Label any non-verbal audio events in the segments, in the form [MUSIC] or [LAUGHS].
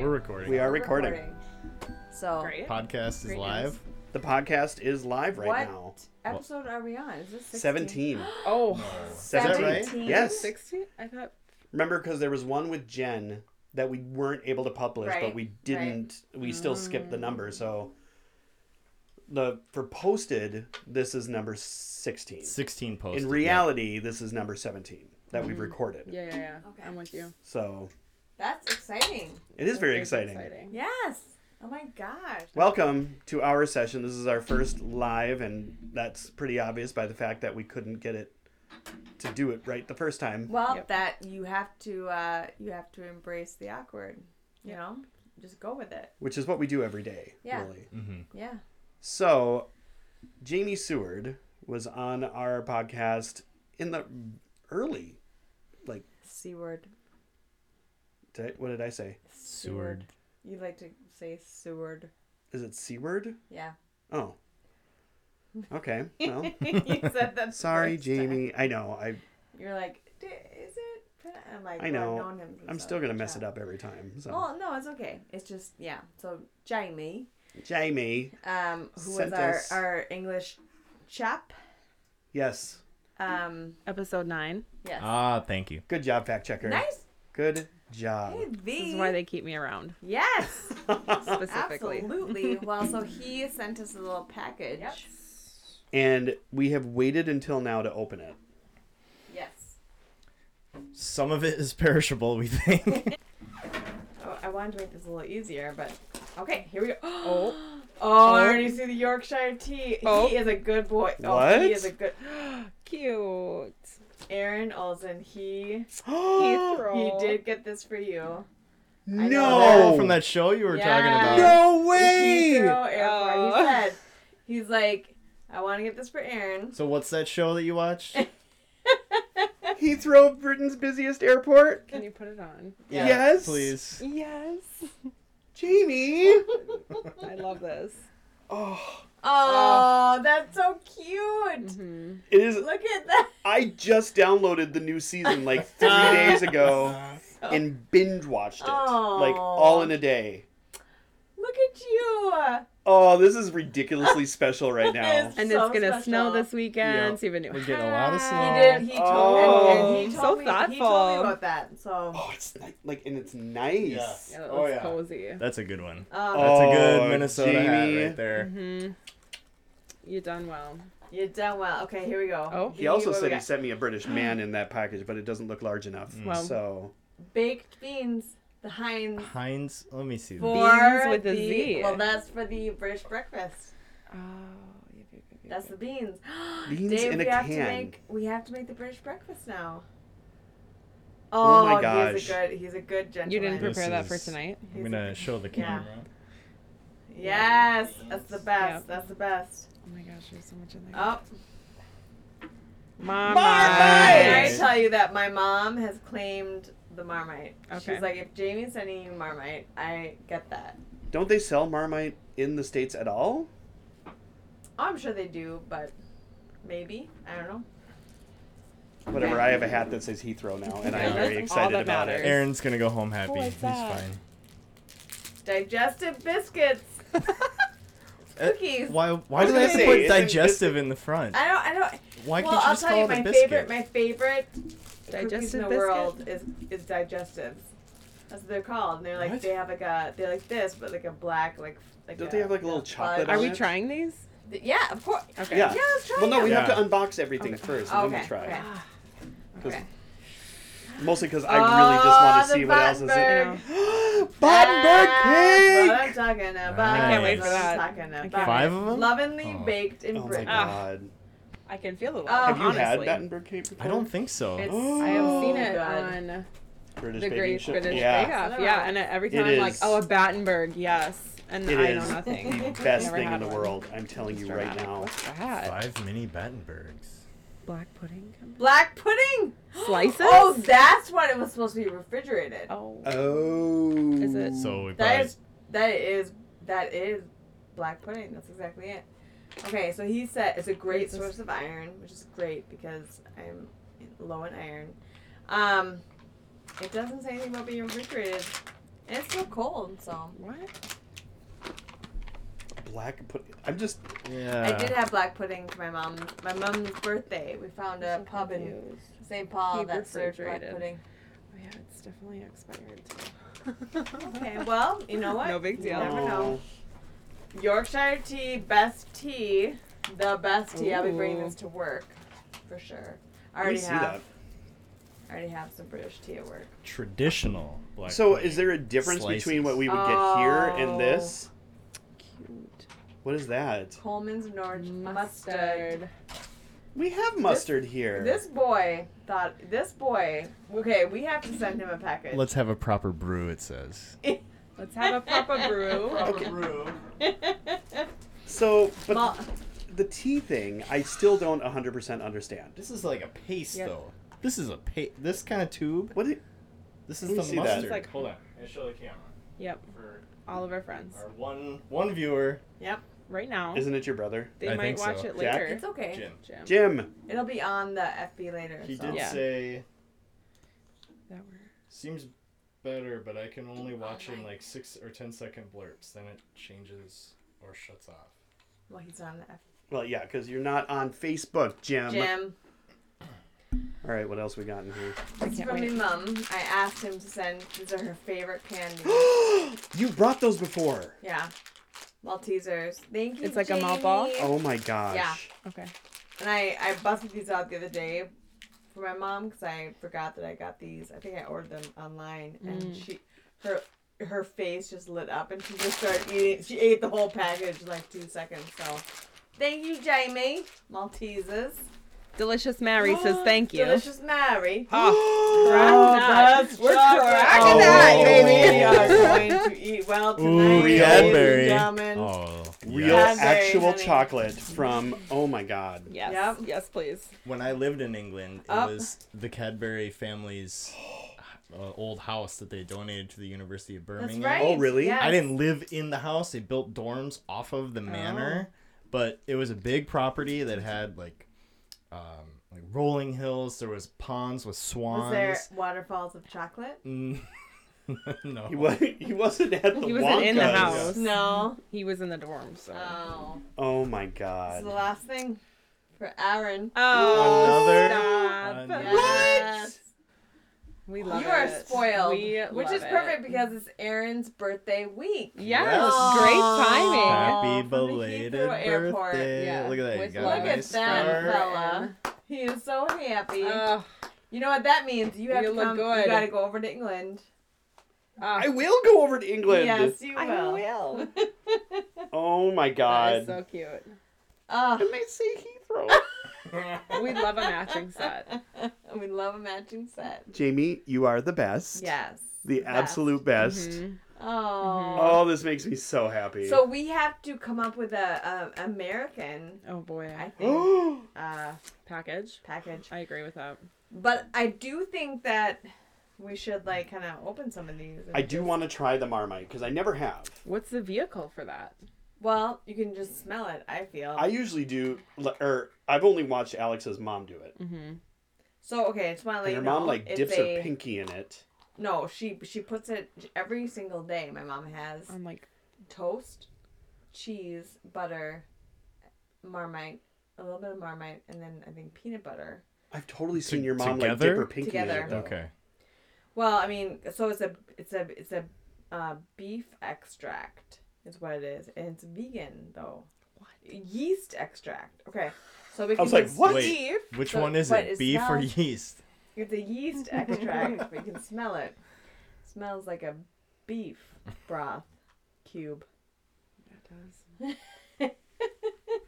We're recording. We are recording. So, Great. Podcast is Great live. The podcast is live right what now. episode are we on? Is this 16? 17. Oh, that right? 17? Yes. 16? I thought. Remember, because there was one with Jen that we weren't able to publish, but Right, we didn't. We still skipped the number. So the for posted, this is number 16. 16 posts. In reality, this is number 17 that we've recorded. Yeah, yeah, yeah. Okay. I'm with you. So That's exciting. it is very It's exciting. Yes. Oh my gosh. Welcome to our session. This is our first live, and that's pretty obvious by the fact that we couldn't get it to do it right the first time. Well, Yep. that you have to uh you have to embrace the awkward, you know? Just go with it. which is what we do every day, Yeah. really. Yeah. So, Jamie Seward was on our podcast in the early, like, C word. did I- what did I say? Seward. You like to say Seward. Is it Seward? [LAUGHS] Yeah. Oh. [LAUGHS] Okay. Well, you said that. sorry, first time. Jamie. I know. I You're like, "D- is it? I'm like, I well, know. I've known him I'm since I still was gonna a mess it child." up every time. So Well, no, it's okay. It's just yeah. So Jamie, Jamie. um, who Sent was our us- our English chap, Yes. um, Episode 9. yes, Ah, thank you. Good job, fact checker. nice. Good job. Hey, V. This is why they keep me around, Yes, specifically. [LAUGHS] absolutely. well, so he sent us a little package. [LAUGHS] And we have waited until now to open [GASPS] it. Yes. Some of it is perishable, we [LAUGHS] think. Oh, I wanted to make this a little easier, but okay, here we go. [GASPS] Oh, Oh. I already see the Yorkshire tea. Oh. He is a good boy. Oh, What? He is a good. Cute. Aaron Olsen. He he Throw. did get this for you. [GASPS] I know no. oh, from that show you were talking about. Yeah. No way. Heathrow Airport. Oh. He said, he's like, I want to get this for Aaron. [LAUGHS] So what's that show that you watched? Heathrow, Britain's busiest airport. Can you put it on? Yeah. Yes, Please. Yes. Jamie. I love this. Oh, Oh, that's so cute. Mhm. it is. Look at that. [LAUGHS] I just downloaded the new season like three [LAUGHS] days ago and binge watched it like all in a day. Look at you. Oh, this is ridiculously special right now. And So it's going to special. snow this weekend, Yeah. so you have a new We're getting a lot of hat. snow. He did. He told Oh. me. And he So told me, He told me thoughtful. about that. So. Oh, it's ni- like and it's nice. Yeah, that Oh, looks yeah. cozy. That's a good one. Um, That's a Oh, good Minnesota Jamie. hat right there. hmm You done well. you done well. Okay, here we go. Oh. He also What we said he got? sent me a British man in that package, but it doesn't look large enough. Well. So baked beans, the Heinz Heinz, let me see. for Beans with a the Z. well, that's for the British breakfast. Oh, That's the beans. [GASPS] beans Dave, in a we have to can. make we have to make the British breakfast now. Oh my he's a gosh. good he's a good gentleman. you didn't This prepare that for is- tonight? I'm gonna show the Yeah. camera. Yes, that's the best. Yeah. That's the best. Oh my gosh, there's so much in there. Oh, Mama. can I Marmite! tell you that my mom has claimed the Marmite. Okay. She's like, if Jamie's sending you Marmite, I get that. Don't they sell Marmite in the states at all? Oh, I'm sure they do, but maybe I don't know. Whatever. I have a hat that says Heathrow now, and I'm Yeah, very that's all excited that about it. matters. Aaron's gonna go home happy. Who is He's that? fine. Digestive biscuits. Uh, Cookies. Why? Why was do they gonna have to say, put isn't- digestive in the front? I don't. I don't. Why well, can't you I'll just tell call you it my a biscuit? favorite. My favorite cookies in Digestive the biscuit? world is is digestives. That's what they're called. And they're like What? they have like a they're like this, but like a black like like. Don't they have like a little chocolate bud. Are on we it? trying these? Th- Yeah, of course. Okay. Yeah. Yeah, let's try Well, no, it. we Yeah. have to unbox everything Okay. first, and Oh, then okay. we try. Okay. 'Cause- okay. Mostly because I really just want Oh, to the see what else is Battenberg. in. No. [GASPS] That's what Battenberg I'm talking about. I can't wait That's for what that. I'm talking can't about. Five of them? Lovingly Oh. baked in Oh my Britain. Ah, god. I can feel the love. Oh, have you Ah. honestly. had Battenberg cake before? I don't think so. It's, [GASPS] Oh. I have seen it God. on British the baking Great show- British Bake Yeah. Off. Yeah. Yeah, and every time It I'm like, is- oh, a Battenberg, yes, and It I know is [LAUGHS] nothing. [LAUGHS] the I've best never thing in had the one. world. I'm telling you right Dramatic. now. What's that? Five mini Battenbergs. Black pudding. Black pudding. [GASPS] Slices? Oh, that's what it was supposed to be refrigerated. Oh. Oh. Is it- So we That probably is that is that is black pudding. That's exactly it. Okay, so he said it's a great Jesus. source of iron, which is great because I'm low in iron. Um, it doesn't say anything about being refrigerated. And it's still cold, so. What? Black pudding. I'm just. Yeah. I did have black pudding for my mom. My mom's birthday. We found a pub in Confused. St. Paul Keep that served black refrigerated. pudding. Oh, yeah, it's definitely expired. [LAUGHS] Okay, well, [LAUGHS] you know what? No big deal. Never know. No. Yorkshire tea, best tea, the best tea. I'll be bringing Ooh. this to work, for sure. Let I me already see have. that. I already have some British tea at work. Traditional black. So, pudding. is there a difference Slices. between what we would get here and Oh. this? Cute. What is that? Coleman's Norwich mustard. Mustard. We have mustard here. This boy thought. This boy. Okay, we have to send him a package. [LAUGHS] Let's have a proper brew. It says. Let's have a [LAUGHS] Papa Brew. Okay. So, but Well, the tea thing, I still don't 100% understand. This is like a paste, Yep. though. This is a paste. This kind of tube. What? It, This is Let me the see that. mustard. It's like- Hold on. I show the camera Yep, for all of our friends. our one one viewer. yep. Right now. isn't it your brother, They I might think watch so. it Jack? later. It's okay. Jim. Jim. Jim? It'll be on the FB later. He so. did Yeah. say That were- seems better, but I can only watch in like six or ten second blurps. Then it changes or shuts off. Well, he's on the F. Well, yeah, because you're not on Facebook, Jim. Jim. All right, what else we got in here? [GASPS] I It's can't from wait. my mom. I asked him to send. These are her favorite candies. [GASPS] You brought those before. yeah. Maltesers. Thank you. It's like a malt Jamie. ball? Oh my gosh. Yeah. Okay. And I, I busted these out the other day for my mom because I forgot that I got these. I think I ordered them online, and Mm. she, her, her face just lit up, and she just started eating. She ate the whole package in like two seconds. So, thank you, Jamie. Maltesers. Delicious Mary [GASPS] says thank you. Delicious Mary. Oh, Oh, nuts. that's- we're cracking Oh. [LAUGHS] that, baby. We are Oh. going to eat well Ooh, tonight, ladies Cadbury. and gentlemen. Oh, [GASPS] Real Yes. actual Cadbury, honey. chocolate from, oh my god. Yes. Yep. Yes, please. When I lived in England, it Up. was the Cadbury family's uh, old house that they donated to the University of That's Birmingham. right. Oh, really? Yes. I didn't live in the house. They built dorms off of the Oh. manor, but it was a big property that had like um, like rolling hills. There was ponds with swans. Was there waterfalls of chocolate? Mm. [LAUGHS] no. He, wa- [LAUGHS] he wasn't at the He wasn't in the Wonkas. house. No. He was in the dorm, so. Oh. Oh my This is the god. last thing for Aaron. Oh, Another- stop. another- Yes. We love you are it. spoiled, We which love is it. perfect because it's Aaron's birthday week. Yes, Yes. great timing. Aw, Happy from the belated Heathrow Airport. birthday! Yeah, Look at that. with You love. got a Look at nice that star. fella. He is so happy. Ugh. you know what that means? You have Uh, You to look come. You good. gotta go over to England. Ugh. I will go over to England. Yes, you I will. [LAUGHS] will. [LAUGHS] Oh my That is god. so cute. Ugh. And they say Heathrow. [LAUGHS] We love a matching set. we love a matching set. Jamie, you are the best. Yes. The best. absolute best. Mhm. Oh. Oh, this makes me so Mm-hmm. happy. So we have to come up with a, a American, Oh boy, I think, [GASPS] Oh. uh, package. package. I agree with that. But I do think that we should like kind of open some of these. and [GASPS] I do just- want to try the Marmite because I never have. What's the vehicle for that? Well, you can just smell it. I feel. I usually do, or I've only watched Alex's mom do it. Mm-hmm. so okay, I just want to let And you her know. mom like it's dips a, her pinky in it. No, she she puts it every single day. My mom has I'm like, toast, cheese, butter, marmite, a little bit of marmite, and then I think peanut butter. I've totally seen your mom like together? dip her pinky in Together. it. though. Okay. Well, I mean, so it's a it's a it's a uh, beef extract is what it is, and it's vegan though. What? yeast extract? Okay, so we can was like, just what? Wait. leave. Which So- one is but it? Beef or smells- yeast? It's [LAUGHS] a yeast extract. we can smell it. Smells like a beef broth cube. that does.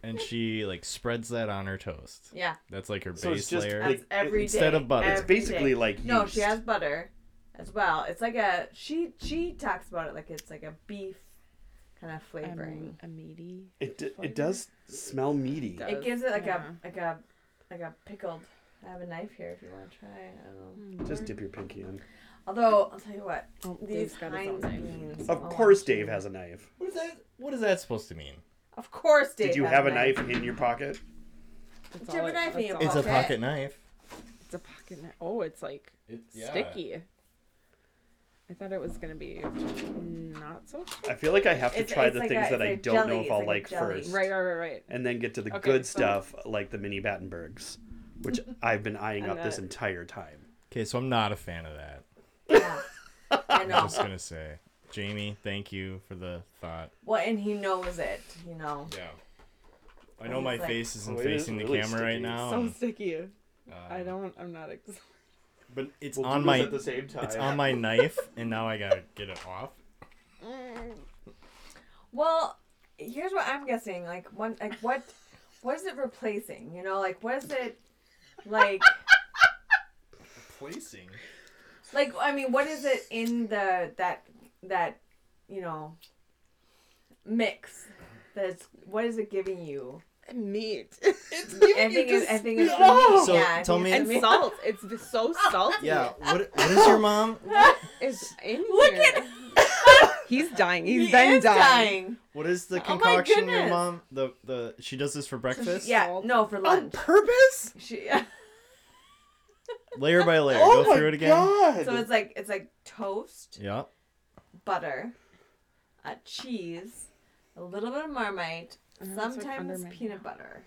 And she like spreads that on her toast. Yeah, That's like her So it's base just layer. that's Like, every day. instead of butter. It's every day. basically like No, yeast. she has butter as well. It's like a she she talks about it like it's like a beef kind of flavoring. A, a meaty. It, d- flavor. it does smell meaty. It it gives it like yeah. a like a like a pickled. I have a knife here if you want to try. it. I don't know. Mm, Just Lord. dip your pinky in. Although I'll tell you what, Oh, these Dave's got his own Heinz knife. beans. Of oh, course, Dave has a knife. What is that? What is that supposed to mean? Of course, Dave. Did you has have a knife in your pocket? That's Do you all have a it- knife in that's your all It's it- a pocket knife. It's a pocket knife. Oh, it's like It's sticky. I thought it was gonna be not so. I feel like I have to It's- try it's the like things a- that it's I like don't know jelly, if it's I'll like a like, jelly. first, Right, right, right, right. and then get to the Okay, good so- stuff like the mini Battenbergs, which [LAUGHS] I've been eyeing And up this that- entire time. Okay, so I'm not a fan of that. Yeah. [LAUGHS] I I'm know. just gonna say, Jamie, thank you for the thought. Well, and he knows it, you know. Yeah. I know my It's like- face isn't Oh, it is facing the really camera right sticky. now. So and, sticky. I um, don't. I'm not. Ex- But it's on my same time. it's on my knife, and now I gotta get it off. Mm, Well, here's what I'm guessing. Like one like what what is it replacing? You know, like what is it [LAUGHS] like Placing. like I mean, what is it in the that that, you know, mix? That's what is it giving you? meat. [LAUGHS] [LAUGHS] It's I think it, I think it's Oh! So, yeah, I tell think me- [LAUGHS] it's and giving you- salt. It's b- [LAUGHS] so salty. Yeah. What What is your mom? It's in Look here. at He's dying. He's He been is dying. What is the my concoction your goodness. mom? The the she does this for breakfast. Yeah, Salt. no, for lunch. purpose? She, [LAUGHS] Layer by layer. Go through it again. Oh god! so it's like it's like toast, Yeah. butter, uh, cheese, a little bit of marmite, know, it's like under sometimes my peanut butter.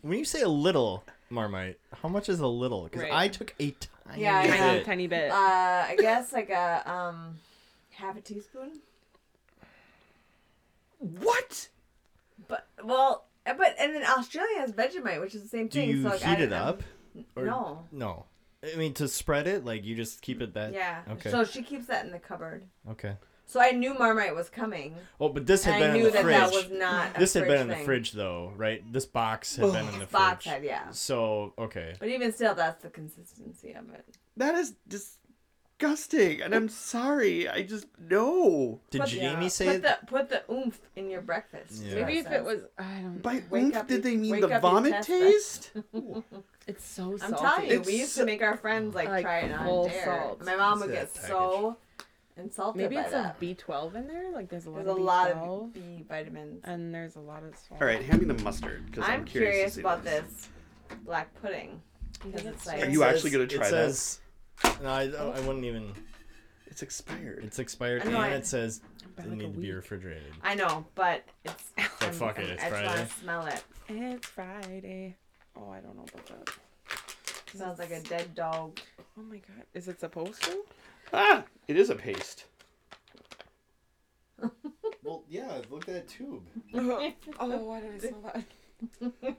When you say a little marmite, how much is a little? Because Right. I took a tiny Yeah, I bit. Tiny, tiny bit. Uh, I guess like a um, half a teaspoon. what? But well, uh, but and then Australia has Vegemite, which is the same Do thing. you so like, heat I, it I'm- up? Or- no. No. I mean to spread it, like you just keep it that. Yeah. Okay. So she keeps that in the cupboard. Okay. So I knew marmite was coming, Oh, but this and had I been in knew the that fridge. that was not. A this had fridge been in the thing. fridge though, right? This box had been in the Box fridge. had, yeah. So okay. But even still, that's the consistency of it. That is disgusting, and I'm sorry. I just no. Did Put- Jamie yeah. say? Put the put the oomph in your breakfast. Yeah. Maybe That's if what it was, I don't. By Wake oomph, up, did they you- mean wake the up, you vomit testa. taste? It's so I'm salty. telling you, It's we used to so- make our friends like, Like, try it on full a dare. salt. My mom Is would that get so insulted Maybe by it's a that. B12 in there. Like there's a lot There's a of B12, lot of B vitamins. and there's a lot of salt. All right, hand me the mustard because I'm, I'm, curious, to see about this black pudding. You think it's Are Are It you says- actually gonna try it that? says, No, I, Oh. I wouldn't even. It's expired. It's expired, I know, and I- it says been it like a need to be week. refrigerated. I know, but it's. [LAUGHS] I'm- fuck it, I'm- it's I just want Friday. to smell it. It's Friday. Oh, I don't know about that. Smells like a dead dog. Oh my god, is it supposed [LAUGHS] to? Ah, it is a paste. Well, yeah. Look at that tube. oh, why did I smell that? [LAUGHS]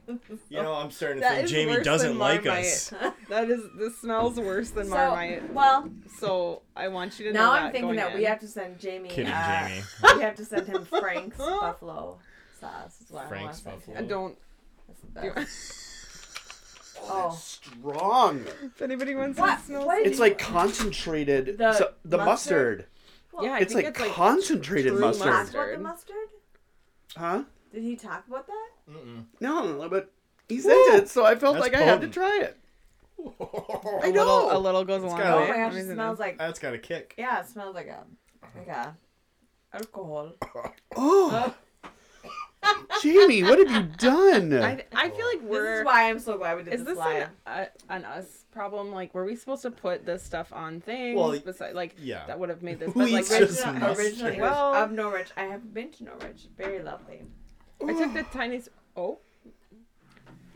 You know, I'm starting to That think is Jamie worse doesn't than like Marmite. us. That is. This smells worse than Marmite. So, well, So I want you to know now that I'm thinking going that in. we have to send Jamie. Kidding, uh, Jamie. [LAUGHS] We have to send [LAUGHS] him Frank's buffalo sauce. Is what Frank's I want to buffalo. send him. Don't. That's Do, the best. Oh. Strong. [LAUGHS] if anybody wants What- to smell, what some- did It's like concentrated. The so- the mustard? mustard. yeah, I It's think like it's like concentrated true mustard. Talk about the Mustard. mustard? Huh? Did he talk about that? Mm-mm. No, but he sent it, so I felt That's like I had to potent. try it. a [LAUGHS] I little, know. a little goes along. got with Oh a- it. my gosh, Isn't it it? smells like That's got a kick. yeah, it smells like a like a alcohol. Oh, Jamie, what have you done? I, I feel like this we're. is why I'm so glad we did Is this this live. an, uh, an us problem? Like, were we supposed to put this stuff on things? Well, besides, like, yeah. that would have [LAUGHS] made this. Who But like, eats I- just Original, mustard. originally Well- of Norwich. I haven't been to Norwich. Very lovely. I took the tiniest. Oh,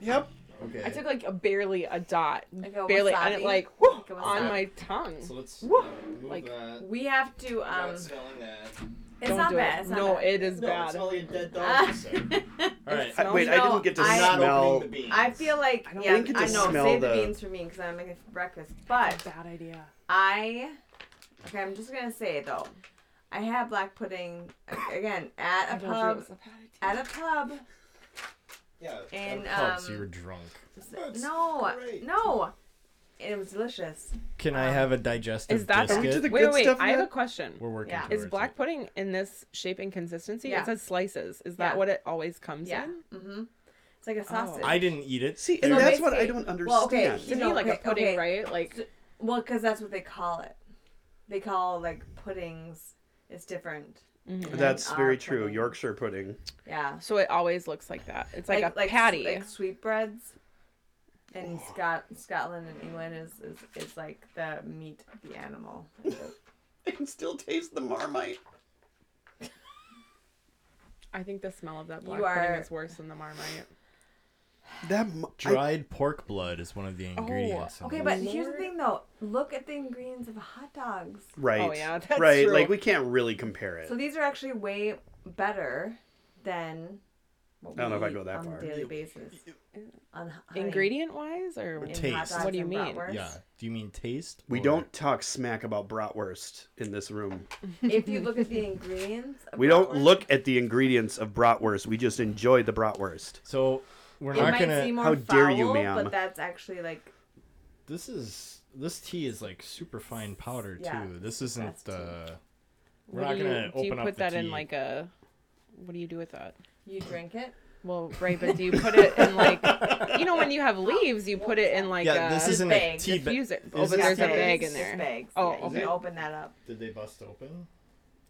yep. Okay. I took like a barely a dot, Like a barely, and wasabi? it like Like a on wasabi? my tongue. let's Woo! move Like, that. We have to um it's smelling that. Don't not do bad. it. It's not no, bad. it is bad. a dead Ah. just said. All right. smells- wait, I No, didn't get to I- Not smell. opening the beans. [LAUGHS] I feel like I don't yeah, think it I just know. smell Save the the- beans for me because I'm making it for breakfast. But Bad idea. I okay, I'm just gonna say it though. I had black pudding again I at a told you it pub was a bad idea. at a pub. yeah. and, club, so um, you were drunk. That's no, great. no, it was delicious. Can I have a digestive Is that Are we to biscuit? the wait? good Wait, stuff I have yet? a question. We're working. Yeah. Is towards black it. pudding in this shape and consistency? Yeah. It says slices. Is that Yeah. what it always comes Yeah. in? Mm-hmm. It's Oh. like a sausage. I didn't eat it. See, and So that's what I basically- don't understand. well, To okay, You me, know, like okay, a pudding, okay. right? Like, So- well, because that's what they call it. They call like puddings. It's different. mhm. That's Our very true. pudding. Yorkshire pudding. Yeah. so it always looks like that. It's like, a patty. Like sweetbreads. In Scot- Scotland and England is, is is like the meat of the animal. [LAUGHS] I can still taste the marmite. I think the smell of that black You pudding are- is worse than the marmite. That m- I, Oh, Dried pork blood is one of the ingredients. in Okay, it. but here's the Lord. thing though. Look at the ingredients of hot dogs. right. Oh, yeah, that's right. true. Like we can't really compare it. So these are actually way better than. What I don't know if I eat go that on far. a daily basis. On h- honey, Ingredient wise, or in hot Taste. dogs What do you and mean? bratwurst. yeah. Do you mean taste? we or- don't talk smack about bratwurst in this room. If you look at the ingredients, of We don't bratwurst, look at the ingredients of bratwurst. We just enjoy the bratwurst. So we're It not might gonna. seem more How dare you, foul, ma'am. But that's actually like This is this tea is like super fine powder Yeah, too. This isn't. that's tea. Uh, What we're not do you, gonna do you open up put the that in tea. like a? What do you do with that? you drink it. Well, right, but do you put it in [LAUGHS] like? You know, when you have leaves, you put it in like uh, yeah, a this the isn't a bag, tea the ba- diffuser. Oh, is but this there's a bags? bag in It's there. bags. Oh, yeah, okay. You open that up. Did they bust open?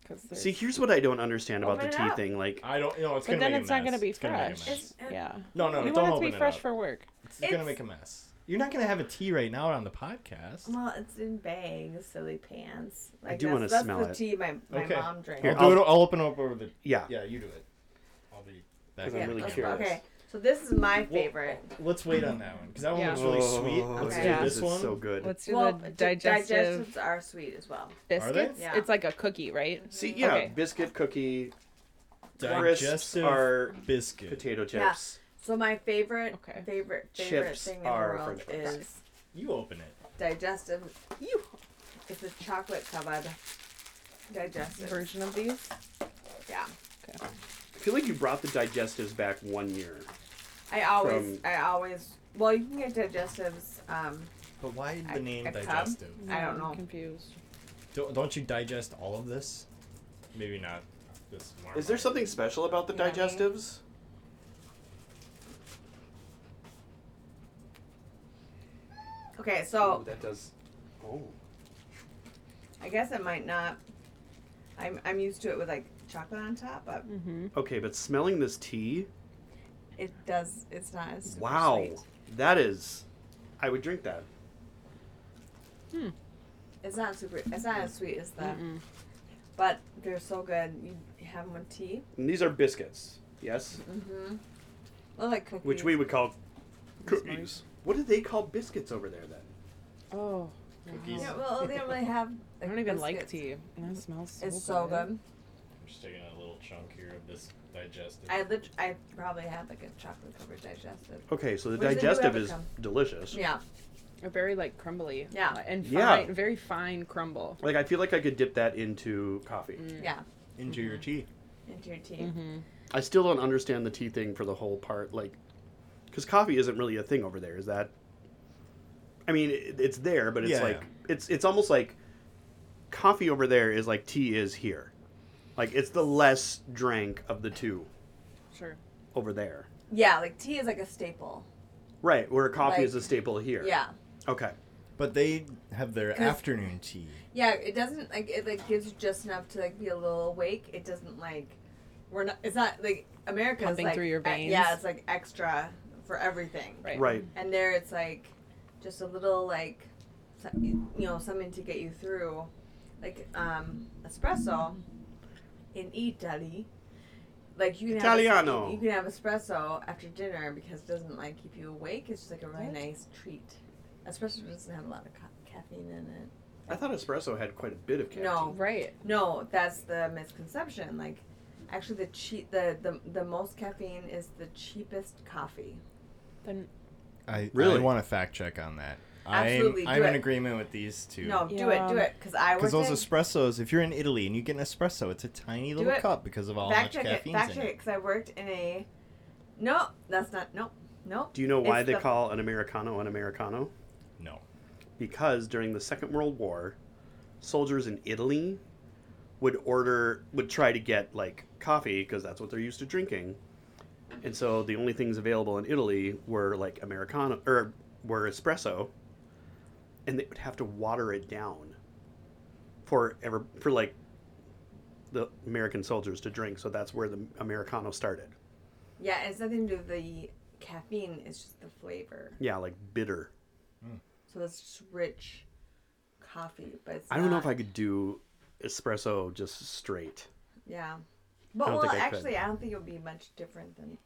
'Cause there's- See, here's what I don't understand about Open the it tea up. thing. Like, I don't. know. it's but gonna. then make a it's not gonna mess. be It's gonna make fresh. a mess. It's- yeah. No, no, we don't want it to open be it fresh up. for work. It's, gonna It's- make a mess. You're not gonna have a tea right now on the podcast. Well, it's in bags, silly pants. Like, do that's- wanna that's smell the it. tea my, my Okay. mom drinks. Here, I'll, do it. I'll open up over the. yeah. Yeah, you do it. I'll be. Back 'Cause I'm in. really let's- curious. Okay, so this is my favorite. Let's wait on that one because that one Yeah. looks really Oh, sweet. Let's Okay. do Yeah. this is one. so good. Let's do well, the di- digestive digestives are sweet as well. biscuits. Yeah. It's like a cookie, right? See, yeah, Okay. biscuit cookie crisps Digestive are biscuit. potato Yeah. chips. So my favorite, Okay. favorite, favorite Chips thing in the are french world fries. is You open it. digestive. You, it's a chocolate covered digestive. Version of these. Yeah, I feel like you brought the digestives back one year. I always, From- I always. Well, you can get digestives. Um, But why the A- name a cup? digestive? I don't I'm know. Confused. Don't, don't you digest all of this? Maybe not. This one. Is there something special about the Yeah. digestives? Mm-hmm. okay, so Ooh, that does. Oh, I guess it might not. I'm I'm used to it with like chocolate on top, but Mm-hmm. okay, but smelling this tea, it does. It's not as super wow, sweet. that is. I would drink that. It's not super. It's not as sweet as the. Mm-mm. But they're so good. You have them with tea. And these are biscuits, yes, Mm-hmm. Well, like cookies. which we would call These cookies. What do they call biscuits over there then? Oh. Cookies. Yeah, well, they don't really have. [LAUGHS] I don't even like biscuits. tea. And That smells so It's so good. I'm just taking a little chunk here of this digestive. I lit- I probably had like a chocolate covered digestive. Okay, so the Where does the new digestive rabbit is come? delicious. Yeah. A very like crumbly. Yeah. And fine, Yeah. very fine crumble. Like I feel like I could dip that into coffee. Yeah. Into your tea. Into your tea. Mm. Mm-hmm. I still don't understand the tea thing for the whole part, like, because coffee isn't really a thing over there. Is that? I mean, it, it's there, but it's Yeah, like yeah. it's it's almost like coffee over there is like tea is here, like it's the less drank of the two Sure. over there, Yeah, like tea is like a staple. right? Where coffee is a Like- staple here. Yeah. Okay. But they have their 'Cause- afternoon tea. Yeah, it doesn't like it like gives you just enough to like be a little awake. It doesn't like we're not. It's not like America's Pumping like through your e- veins. yeah, it's like extra for everything. Right. Right. And there, it's like just a little like so- you know something to get you through, like um espresso in Italy. Like you can Italiano. Have, you can have espresso after dinner because it doesn't like keep you awake. It's just like a really What? nice treat. Espresso doesn't have a lot of ca- caffeine in it. I thought espresso had quite a bit of caffeine. No. Right. No, that's the misconception. Like, actually, the cheap, the, the the most caffeine is the cheapest coffee. Then I Really? I want to fact check on that. Absolutely, do I'm, I'm in it. agreement with these two. No, do it, do Yeah. it, because I was Because those espressos, if you're in Italy and you get an espresso, it's a tiny little it. cup because of all fact much check it, caffeine's fact in check it. it, because I worked in a. No, that's not. Nope, nope. Do you know why It's they the- call an americano an americano? No. because during the Second World War, soldiers in Italy would order would try to get like coffee because that's what they're used to drinking, and so the only things available in Italy were like americano or were espresso, and they would have to water it down for ever for like the American soldiers to drink. So that's where the americano started. Yeah, it's nothing to do with the caffeine. It's just the flavor. Yeah, like bitter. So it's just rich coffee, but it's I don't know not- if I could do espresso just straight. Yeah. But don't well, think I could. actually, I don't think it'll be much different than.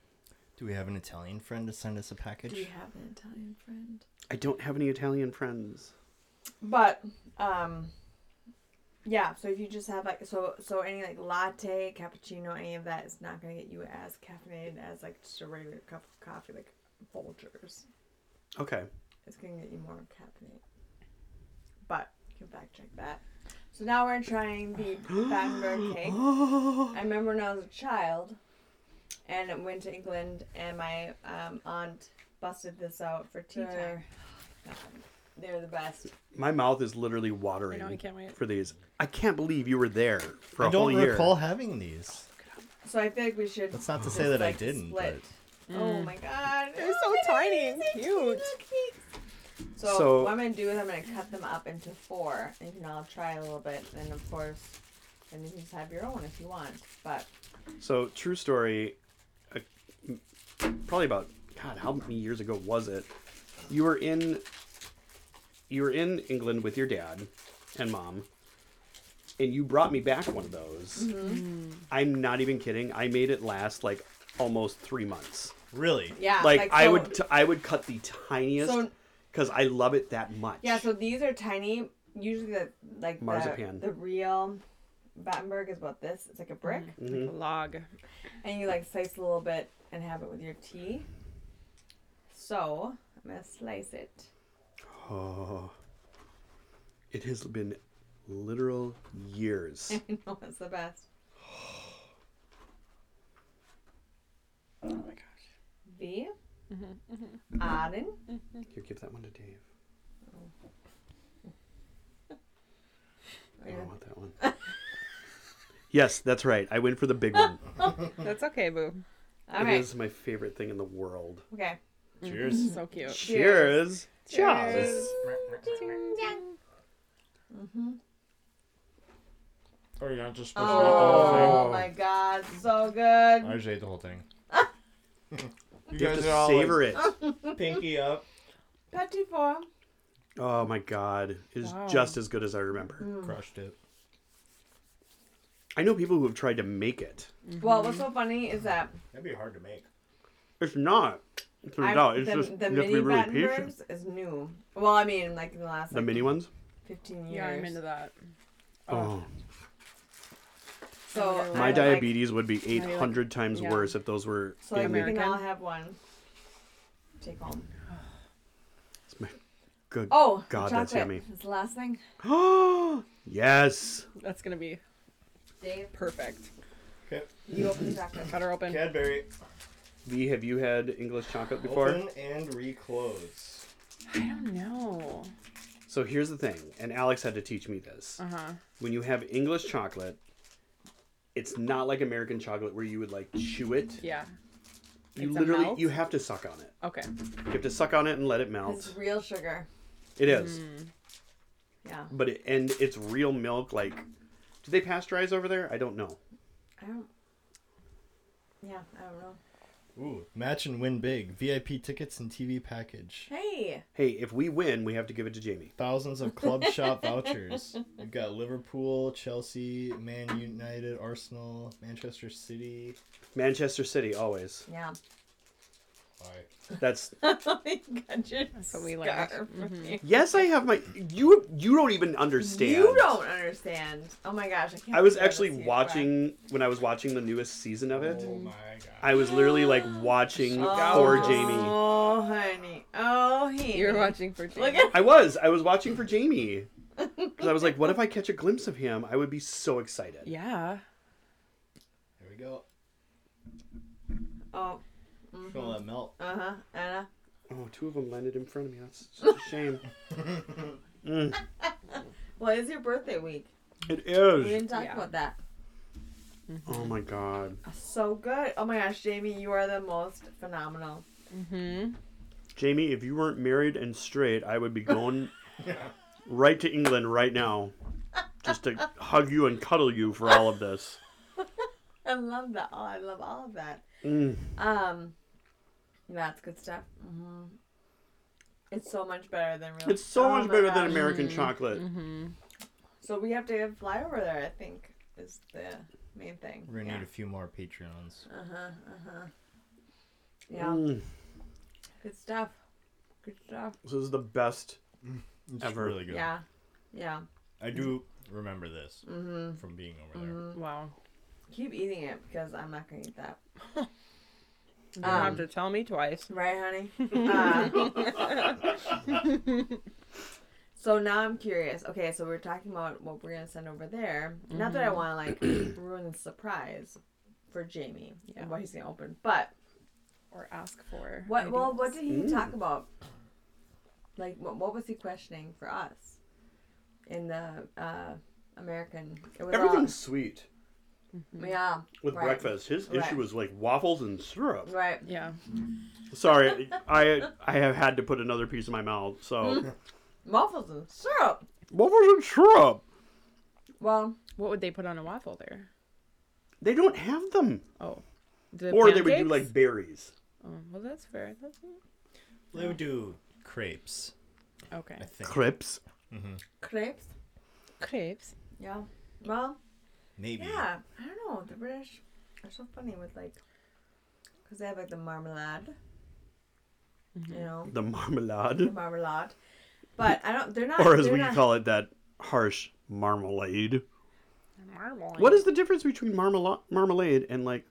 Do we have an Italian friend to send us a package? Do you have an Italian friend? I don't have any Italian friends. But um, yeah. So if you just have like so so any like latte, cappuccino, any of that is not gonna get you as caffeinated as like just a regular cup of coffee, like Folgers. Okay. It's gonna get you more caffeinate. But you can fact check that. So now we're [GASPS] trying the Battenberg cake. I remember when I was a child and I went to England and my um, aunt busted this out for tea time. God, They're the best. My mouth is literally I watering know, I can't wait. for these. I can't believe you were there for a I don't whole year. recall having these. So I feel like we should. That's not to just, say that I like, didn't, split. Oh my god. Mm. They're so Oh, look at tiny these and little cute. cakes. So, So- what I'm gonna do is I'm gonna cut them up into four, and you can all try a little bit. And of course, then you can just have your own if you want. But So true story. uh, m- Probably about God, how many years ago was it? You were in, you were in England with your dad and mom, and you brought me back one of those. I'm not even kidding. I made it last like almost three months. Really? yeah, like, I so- would, t- I would cut the tiniest So- because I love it that much. Yeah, so these are tiny. Usually, the like Marzipan. The, the real Battenberg is about this. It's like a brick, Mm-hmm. Mm. Like a log. and you like slice a little bit and have it with your tea. So I'm gonna slice it. Oh, it has been literal [LAUGHS] years. I know it's the best. oh my gosh! V. Mm-hmm. Aden. Here, give that one to Dave. I Yeah. don't want that one. yes, that's right. I went for the big one. That's okay, boo. All It right. is my favorite thing in the world. Okay. Cheers. So cute. Cheers. Cheers. Or you're not just supposed Oh my god, so good. I just ate the whole thing. You have to savor it. pinky up. Petit four. Oh my god. It is Wow. just as good as I remember. Hmm. Crushed it. I know people who have tried to make it. Well, what's so funny is that That'd be hard to make. It's not. It turns out I'm- it's the, just the you have to be mini really patient. Battenbergs is new. Well, I mean, like in the last The like, mini ones? 15 years. Yeah, I'm into that. Oh. So My I My would diabetes would be like- 800 times yeah. worse if those were Like, so like, in we can American. all have one. Take home. It's my good. Oh, the God, that's chocolate yummy. is the last thing. Oh. [GASPS] yes. That's gonna be Dave, perfect. Okay. you open the chocolate. Cut her open. Cadbury. V, have you had English chocolate before? Open and reclose. I don't know. So here's the thing, and Alex had to teach me this. Uh huh. When you have English chocolate, it's not like American chocolate where you would like chew it. Yeah. you It's a literally melt? you have to suck on it. Okay. You have to suck on it and let it It's melt. real sugar. It is. Mm. Yeah. But it, and it's real milk like do they pasteurize over there? I don't know. I don't. Yeah, I don't know. Ooh. Match and win big. VIP tickets and TV package. Hey, Hey, if we win, we have to give it to Jamie. Thousands of [LAUGHS] club shop vouchers. We've got Liverpool, Chelsea, Man United, Arsenal, Manchester City. Manchester City always. yeah. [LAUGHS] That's you got your That's what we like. Mm-hmm. scarf. Yes, I have my you you don't even understand. You don't understand. Oh my gosh, I can't. I was believe actually see it watching when I was watching the newest season of it. my god. I was literally like watching back. for Oh, Jamie. Oh honey, oh he. You're watching for Look Jamie. at I was. I was watching for Jamie. [LAUGHS] Because I was like, what if I catch a glimpse of him? I would be so excited. Yeah. Here we go. oh. Just gonna let it melt. Uh huh. Anna. Oh, two of them landed in front of me. That's such a shame. Mm. Well, it's your birthday week. It We is. didn't talk Yeah. about that. Oh my god. So good. Oh my gosh, Jamie, you are the most phenomenal. Hmm. Jamie, if you weren't married and straight, I would be [LAUGHS] going right to England right now just to hug you and cuddle you for all of this. I love that. Oh, I love all of that. Mm. Um, that's good stuff. hmm It's so much better than real. It's so Oh much my better than gosh. Mm-hmm. American chocolate. So we have to fly over there. I think is the main thing. [LAUGHS] We're gonna yeah. need a few more Patreons. Uh huh. Uh huh. Yeah. Good stuff. Good stuff. Mm. This is the best. It's Ever. really good. Yeah. Yeah. I do remember this Mm-hmm. from being over there. Wow. Keep eating it because I'm not gonna eat that. You don't have Um, to tell me twice. Right, honey. Uh, [LAUGHS] so now I'm curious. Okay, so we are talking about what we're gonna send over there. Not that I want to like [CLEARS THROAT] ruin the surprise for Jamie Yeah. and what he's gonna open, but Or ask for. what? Well, what ideas. did he talk about? Like, what, what was he questioning for us in the uh, American? It was all- Everything's sweet yeah. with um, right, breakfast. His Right. issue was like waffles and syrup. Right. Yeah. [LAUGHS] Sorry, I I have had to put another piece in my mouth. Hmm? So Waffles and syrup. waffles and syrup. Well, What would they put on a waffle there? They don't have them, Oh. The or they would do pancakes? like berries. Oh, well, that's fair. That's Mm-hmm. They would do crepes, okay. I think. Crepes. crepes. Crepes. Yeah. Well, Maybe. yeah. I don't know. The British are so funny with like, because they have like the marmalade. You know, The the marmalade, marmalade. But I don't. They're not. or as Ah, they're we not- call it, that harsh marmalade. Marmalade. What is the difference between marmalade, marmalade and like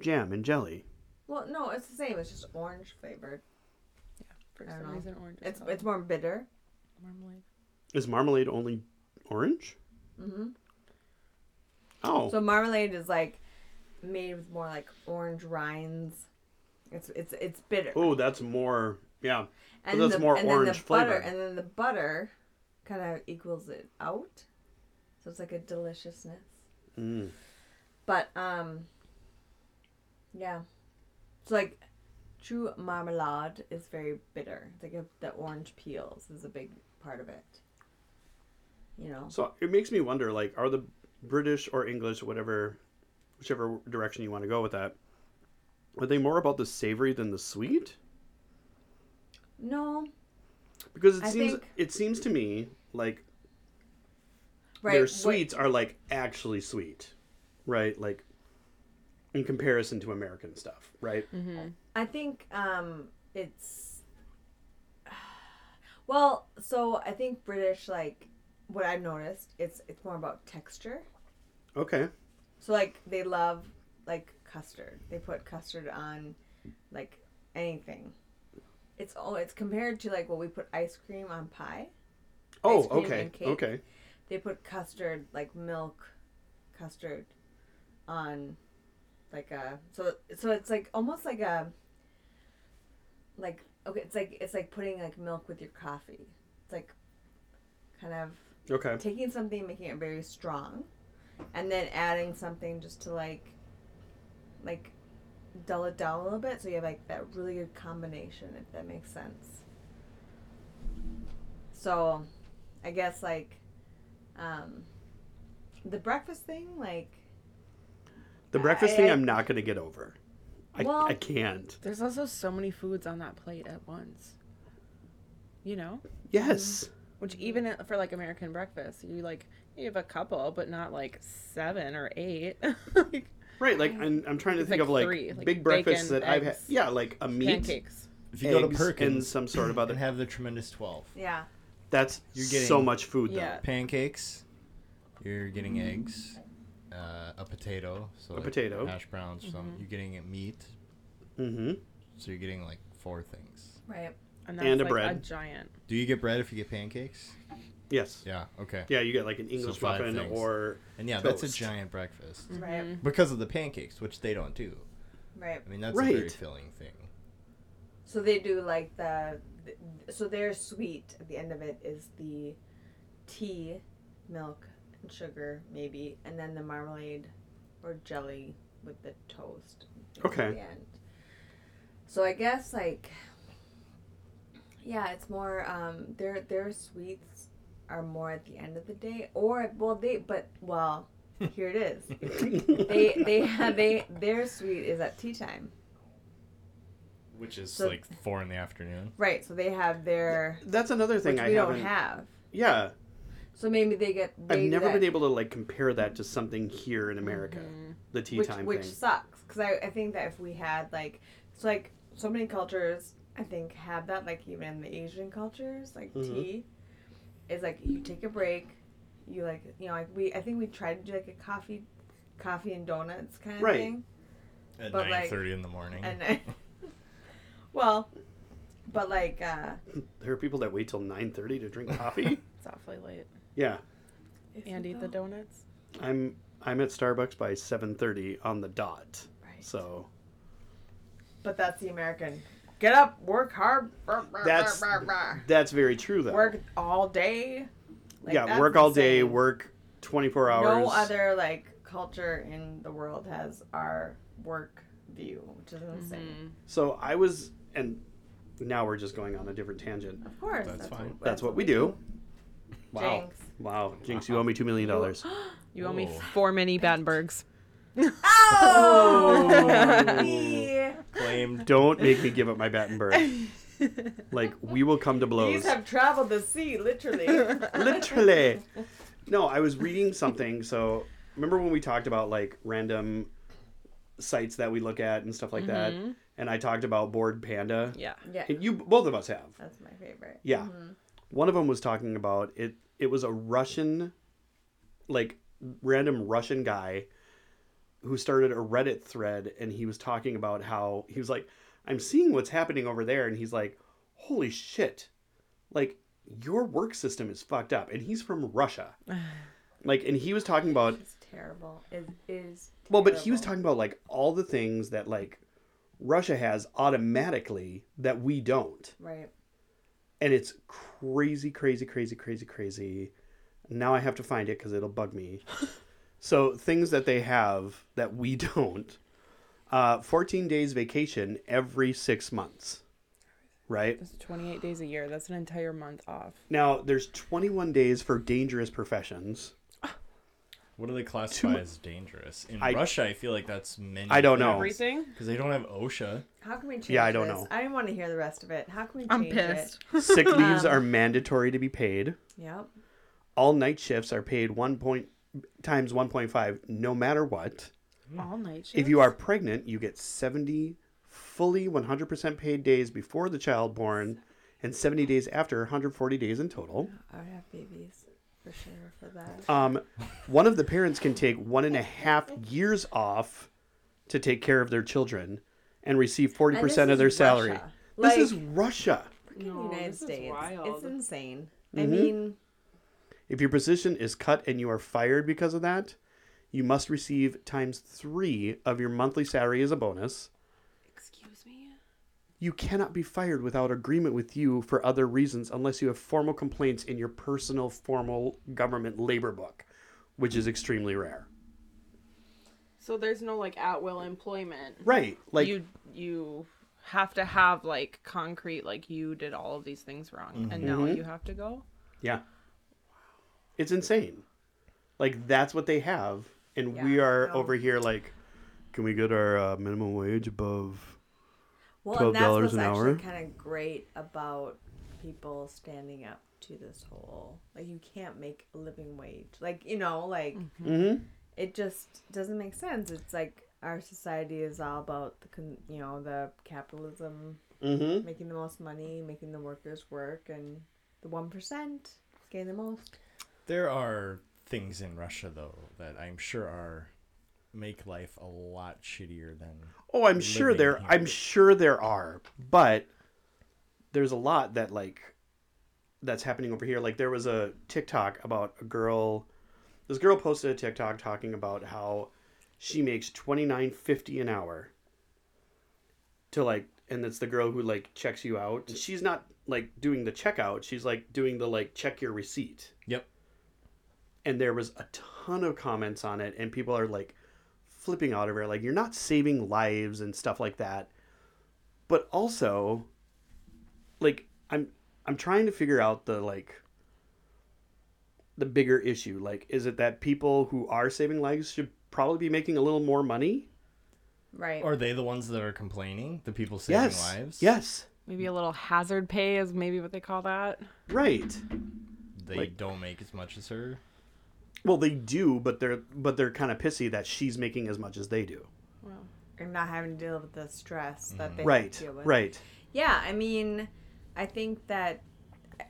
jam and jelly? Well, no, it's the same. It's just orange flavored. For I don't some know. reason, orange. is It's called it's more bitter. marmalade. Is marmalade only orange? Mhm. Oh, So marmalade is like made with more like orange rinds. It's it's it's bitter. oh, that's more. Yeah, and that's more then orange the butter, flavor. And then the butter kind of equals it out. So it's like a deliciousness. Mm. But um yeah. It's like true marmalade is very bitter. It's like a, the orange peels is a big part of it. You know. So it makes me wonder, like, are the British or English, whatever, whichever direction you want to go with that, are they more about the savory than the sweet? No. Because it I seems think- it seems to me like Right. their what- sweets are like actually sweet, right? Like in comparison to American stuff, right? Mm. I think um it's [SIGHS] well, so I think British like what I've noticed, it's it's more about texture. Okay, So like they love like custard. They put custard on like anything. It's all it's compared to like what we put ice cream on pie. Oh, ice cream okay. and cake. Okay. They put custard like milk custard on like a so so it's like almost like a like okay it's like it's like putting like milk with your coffee. It's like kind of Okay. taking something and making it very strong and then adding something just to like like dull it down a little bit so you have like that really good combination if that makes sense so i guess like um the breakfast thing like The I- breakfast thing I- I'm not going to get over. I, Well- I can't. There's also so many foods on that plate at once. You know, Yes. mm. which Mm-hmm. even i- for like American breakfast, you like you have a couple, but not like seven or eight. [LAUGHS] like Right, like I'm, I'm trying to It's think like of like three, like big breakfast bacon, that I've had. eggs, Yeah, like a meat, pancakes. If you go to eggs, and Perkins some sort of and other. have the tremendous twelve yeah That's You're so getting- much food Yeah. pancakes, you're getting Mm-hmm. eggs, uh, a potato, so A like potato. hash browns. or Mm-hmm. Some you're getting a meat, though. Mm-hmm. so you're getting like four things. right And that's And a like a bread. giant. Do you get bread if you get pancakes? Yes. Yeah. Yeah. Okay. you get like an English five muffin things. or And yeah, that's Toast. a giant breakfast Mm-hmm. right because of the pancakes, which they don't do. right I mean, that's a very Right. filling thing. so they do like the so their sweet at the end of it is the tea milk and sugar maybe and then the marmalade or jelly with the toast Okay. at the end so i guess like yeah it's more um their their sweets are more at the end of the day or well they but well here it is [LAUGHS] they they they their sweet is at tea time Which is So- like four in the afternoon. right so they have their [LAUGHS] That's another thing which I we haven't. don't have Yeah, So maybe they get. They I've do never that, Mm-hmm. been able to like compare that to something here in America, the tea which, time which thing. sucks because I, I think that if we had like it's like so many cultures I think have that like even in the Asian cultures like Mhm. tea is like you take a break you like you know like we I think we tried to do like a coffee coffee and donuts kind of Right. thing At But, like, nine thirty in the morning. and I, [LAUGHS] well but like uh There are people that wait till nine thirty to drink [LAUGHS] coffee. It's awfully late. yeah, is And it eat the though? donuts. I'm I'm at Starbucks by seven thirty on the dot. Right. So but that's the American get up work hard brr, brr, brr, That's- brr, brr. that's very true though. work all day Like, yeah, that's work all day, insane. work twenty four hours. No other like culture in the world has our work view, which is insane. So I was, and now we're just going on a different Mm-hmm. tangent. Of course, That's fine. That's what we do. Wow. Jinx. Wow. Jinx, you owe me $2 million. You owe me Ooh. four mini Battenbergs. [LAUGHS] Oh, Claimed. Don't make me give up my Battenberg. Like, we will come to these blows. have [LAUGHS] traveled the [LAUGHS] sea, literally. Literally. No, I was reading something. So, remember when we talked about like random sites that we look at and stuff like that? And I talked about Bored Panda. Yeah. yeah, And you, both of us have. that's my favorite. Yeah. One of them was talking about it it was a Russian like random Russian guy who started a Reddit thread and he was talking about how he was like I'm seeing what's happening over there and he's like holy shit. Like your work system is fucked up and he's from Russia. like and he was talking about It's terrible. It is. Terrible. well, but he was talking about like all the things that like Russia has automatically that we don't Right. and it's crazy, crazy, crazy, crazy, crazy. Now I have to find it because it'll bug me. so things that they have that we [LAUGHS] don't. Uh, 14 days vacation every six months, right? It's 28 days a year. That's an entire month off. Now there's 21 days for dangerous professions. What do they classify as dangerous? In I- Russia, I feel like that's many. I don't know. Everything? because they don't have OSHA. How can we change? Yeah, I don't this? know. I didn't want to hear the rest of it. How can we? Change I'm pissed. Sick leaves are mandatory to be paid. It? Yep. All night shifts are paid one point times 1.5, no matter what. All night shifts. If you are pregnant, you get 70 fully 100% paid days before the child born and 70 days after, 140 days in total. I would have babies for sure for that. Um, one of the parents can take one and a half years off to take care of their children and receive 40% And of their this is salary. Russia. This Like- is Russia. In the No, United this is States, it's wild. insane. I Mm-hmm. mean, If your position is cut and you are fired because of that, you must receive times three of your monthly salary as a bonus. Excuse me? You cannot be fired without agreement with you for other reasons unless you have formal complaints in your personal formal government labor book, which is extremely rare. So there's no like at will employment. Right. Like you you have to have like concrete like you did all of these things wrong and now Mm-hmm. you have to go. yeah. It's insane. Like that's what they have and we are no. over here like can we get our uh, minimum wage above Well, $12 and that's what's an hour? actually kind of great about people standing up to this whole like you can't make a living wage. Like you know, like Mm-hmm. Mhm. it just doesn't make sense. It's like our society is all about the con- you know the capitalism, Mhm. making the most money, making the workers work, and the one percent gain the most. There are things in Russia though that I'm sure are make life a lot shittier than Oh, I'm sure living there. here. I'm sure there are, but there's a lot that like that's happening over here. Like there was a TikTok about a girl. This girl posted a TikTok talking about how she makes twenty nine fifty an hour. To like, and it's the girl who like checks you out. And she's not like doing the checkout. She's like doing the like check your receipt. Yep. And there was a ton of comments on it, and people are like flipping out of her. Like, you're not saving lives and stuff like that. But also, like, I'm I'm trying to figure out the like the bigger issue. Like, is it that people who are saving lives should probably be making a little more money? Right. Are they the ones that are complaining? The people saving yes. lives? Yes. Maybe a little hazard pay is maybe what they call that. Right. they Like- don't make as much as her. Well, they do, but they're but they're kind of pissy that she's making as much as they do. Wow. and not having to deal with the stress that they have Right. to deal with. Right. Yeah, I mean, I think that,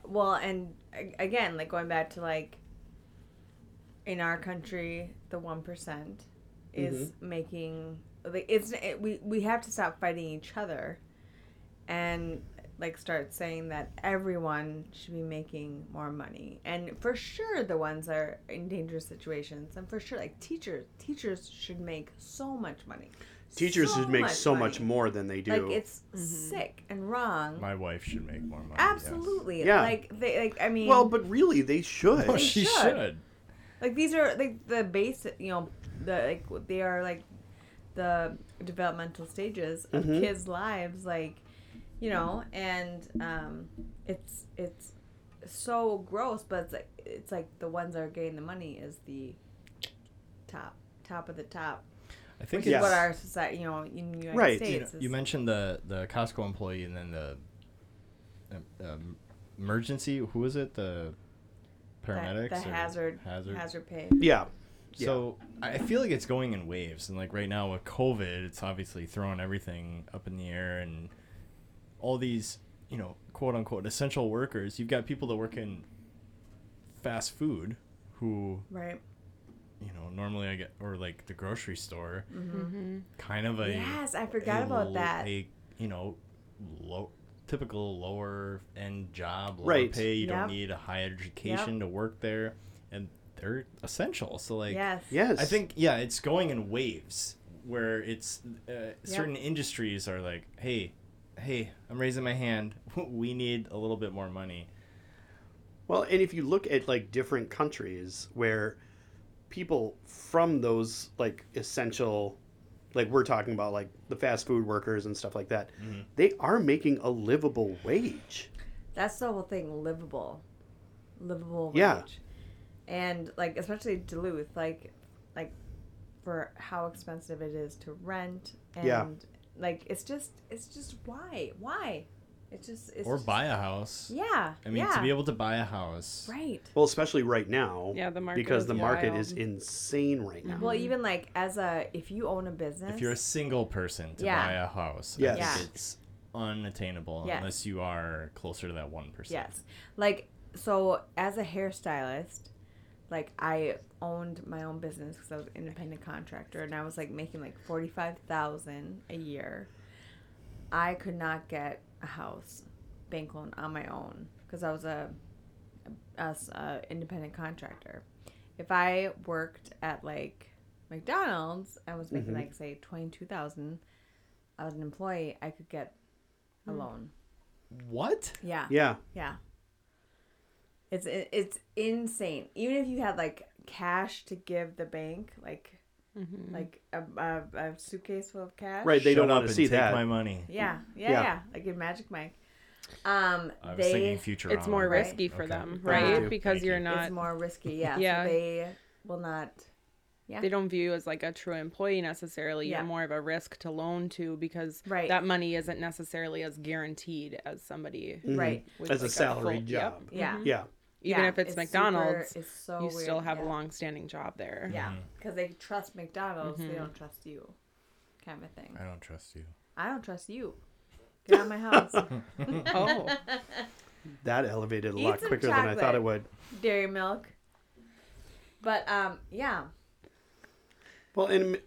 well, and a- again, like going back to like, in our country, the one percent is Mm-hmm. making like it's it, we we have to stop fighting each other, and like start saying that everyone should be making more money, and for sure the ones that are in dangerous situations, and for sure like teachers teachers should make so much money. Teachers should make so money. much more than they do. Like it's sick and wrong. My wife should make more money. Mm-hmm. yes. Absolutely. Yeah. Like they like I mean well, but really, they should. Oh, she should. should. like these are like the basic you know, the like they are like the developmental stages of Mhm. kids' lives, like you know, and um it's it's so gross, but it's like it's like the ones that are getting the money is the top top of the top. I Which think is it's, Yes. what our society you know, in the United Right, you you, know, States is you mentioned the the Costco employee and then the um, um, emergency. Who was it? The that, paramedics. the or hazard Hazard. hazard pay. yeah. Yeah. So I I feel like it's going in waves, and like right now with COVID, it's obviously throwing everything up in the air, and all these you know quote unquote essential workers. You've got people that work in fast food who Right. you know normally I get or like the grocery store, Mm-hmm. kind of a Yes, I forgot about l- that. A you know, low typical lower end job, lower Right. pay. You Yep. don't need a high education to work there, and they're essential. So like, yes. Yes. I think yeah, it's going in waves where it's uh, certain industries are like, hey, hey, I'm raising my hand. [LAUGHS] We need a little bit more money. Well, and if you look at like different countries where people from those like essential, like we're talking about like the fast food workers and stuff like that, Mhm. they are making a livable wage. That's the whole thing, livable, livable wage. Yeah. And like especially Duluth, like like for how expensive it is to rent and Yeah. like it's just it's just why why it's just it's or just- buy a house. yeah I mean, yeah. to be able to buy a house. right Well, especially right now. Yeah, the market because is the market wild. is insane right now. well even like as a if you own a business If you're a single person to Yeah. buy a house, Yes. I Yeah. think it's unattainable Yes. unless you are closer to that one percent. Yes. Like so as a hairstylist, like I owned my own business cuz I was an independent contractor and I was like making like 45,000 a year. I could not get a house bank loan on my own cuz I was a as a independent contractor. If I worked at like McDonald's and was making Mhm. like say 22,000 as an employee, I could get a loan. What? Yeah. Yeah. Yeah. It's it- it's insane. Even if you had like cash to give the bank, like Mm-hmm. like a, a, a suitcase full of cash. Right. They Shut don't up want and to see take that. my money. Yeah. Yeah. Yeah. Yeah. Like in Magic Mike. Um, I was they thinking future. It's more Right. risky for Okay. them, Thank right? you. Because Thank you're you. not. It's more risky. Yeah. so Yeah. they will not. They don't view you as like a true employee necessarily. Yeah. You're more of a risk to loan to because Right. that money isn't necessarily as guaranteed as somebody. Mhm. Right. with, As a like, salary full- yep. job. Yeah. Yeah. Mm-hmm. Even Yeah, if it's, super- McDonald's, it's so you still weird, have yeah. a long-standing job there. Yeah, Mm-hmm. because they trust McDonald's, Mm-hmm. they don't trust you, kind of a thing. I don't trust you. I don't trust you. Get out of [LAUGHS] my house, [LAUGHS] Oh, That elevated a Eat lot some quicker than I thought it chocolate. would. dairy milk. But um, yeah, Well, and,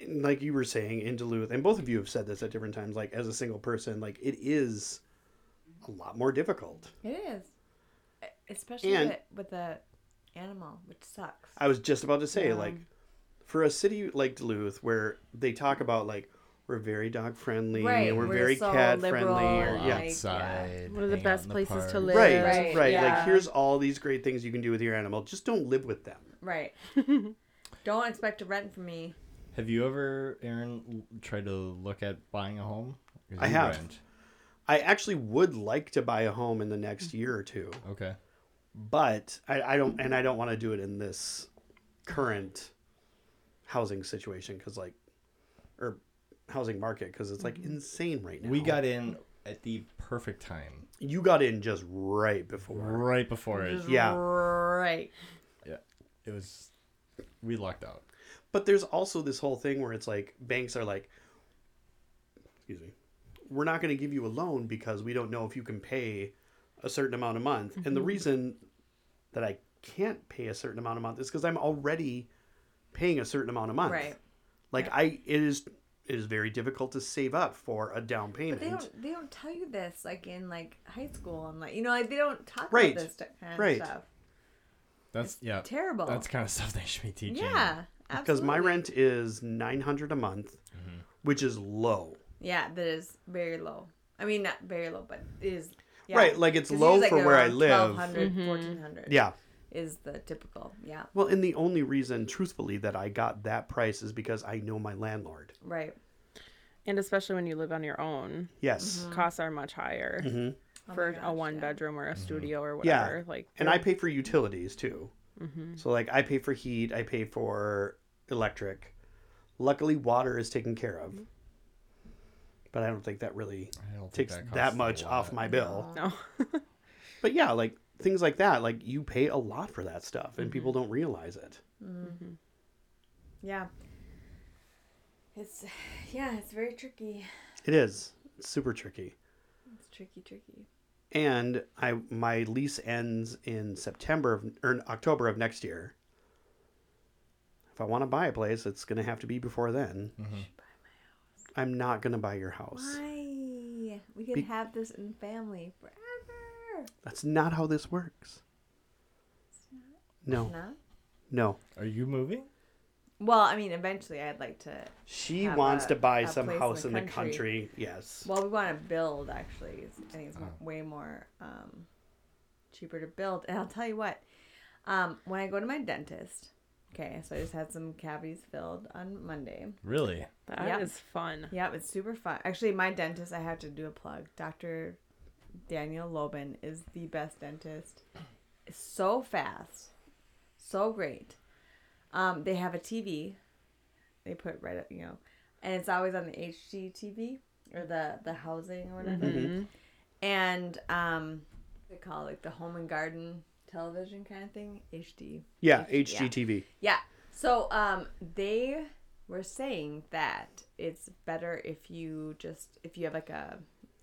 and like you were saying in Duluth, and both of you have said this at different times, like as a single person, like it is a lot more difficult. It is, E- especially And- with, with the animal, which sucks. I was just about to say, like, for a city like Duluth, where they talk about like we're very dog friendly Right, and we're, we're very so cat liberal friendly, or, and, yeah, like- Outside. Oh one of the hang out best in places to park. live. right, Right, right. yeah. Like here's all these great things you can do with your animal. Just don't live with them. [LAUGHS] Right. Don't expect to rent from me. Have you ever, Aaron, l- tried to look at buying a home? Or I you have. rent? I actually would like to buy a home in the next year or two, Okay. but I, I don't, and I don't want to do it in this current housing Oh. situation because, like, or housing market because it's like insane right now. Mm-hmm. We got in at the perfect time, You got in just right before. right before it. Just [LAUGHS] Yeah. Right. Yeah, it was. We lucked out. But there's also this whole thing where it's like banks are like, excuse me, we're not going to give you a loan because we don't know if you can pay a certain amount a month. And Mm-hmm. the reason that I can't pay a certain amount a month is because I'm already paying a certain amount a month. Right. Like I, it is it is very difficult to save up for a down But they payment. don't they don't tell you this like in like high school and like you know like they don't talk Right. about this t- kind of Right. stuff. That's yeah. Terrible. That's kind of stuff they should be teaching. yeah. Because my absolutely. rent is nine hundred a month, which is low. Yeah, that is very low. I mean, not very low, but it is. Yeah. Right, like, it's 'Cause low usually, for they're where I around live. 1200, 1400 Yeah. is the typical. Yeah, Well, and the only reason, truthfully, that I got that price is because I know my landlord. right. And especially when you live on your own, Yes. costs are much higher Oh Mm-hmm. my for a gosh, one yeah. bedroom or a studio or Mm-hmm. Yeah. whatever. Like And I pay for utilities too. Mm-hmm. So, like, I pay for heat, I pay for electric. Luckily, water is taken care of. Mm-hmm. But I don't think that really I don't think takes that, costs a much lot. off my bill. no. [LAUGHS] But yeah, like, things like that, like, you pay a lot for that stuff, Mm-hmm. and people don't realize it. Yeah. It's yeah, it's very tricky. It is. It's super tricky. It's tricky, tricky. and I my lease ends in September of or in October of next year. If I want to buy a place, it's gonna have to be before then. I'm not gonna buy your house. Why? We could Be- have this in family forever. That's not how this works. No, No? no. Are you moving? Well, I mean, eventually, I'd like to. She Have wants a- to buy a some place in house the in the country. country. Yes. Well, we want to build. Actually, It's- I think it's way more um, cheaper to build. And I'll tell you what. Um, when I go to my dentist, okay, so I just had some cavities filled on Monday. Really? That is Yeah. fun. Yeah, it's super fun. Actually, my dentist, I have to do a plug. Dr. Daniel Loban is the best dentist. So fast, so great. Um, they have a TV. They put right up, you know, and it's always on the HGTV or the the housing or whatever. And um, they call it like the home and garden television kind of thing, HD. Yeah. HGTV. Yeah. So um, they were saying that it's better if you just if you have like a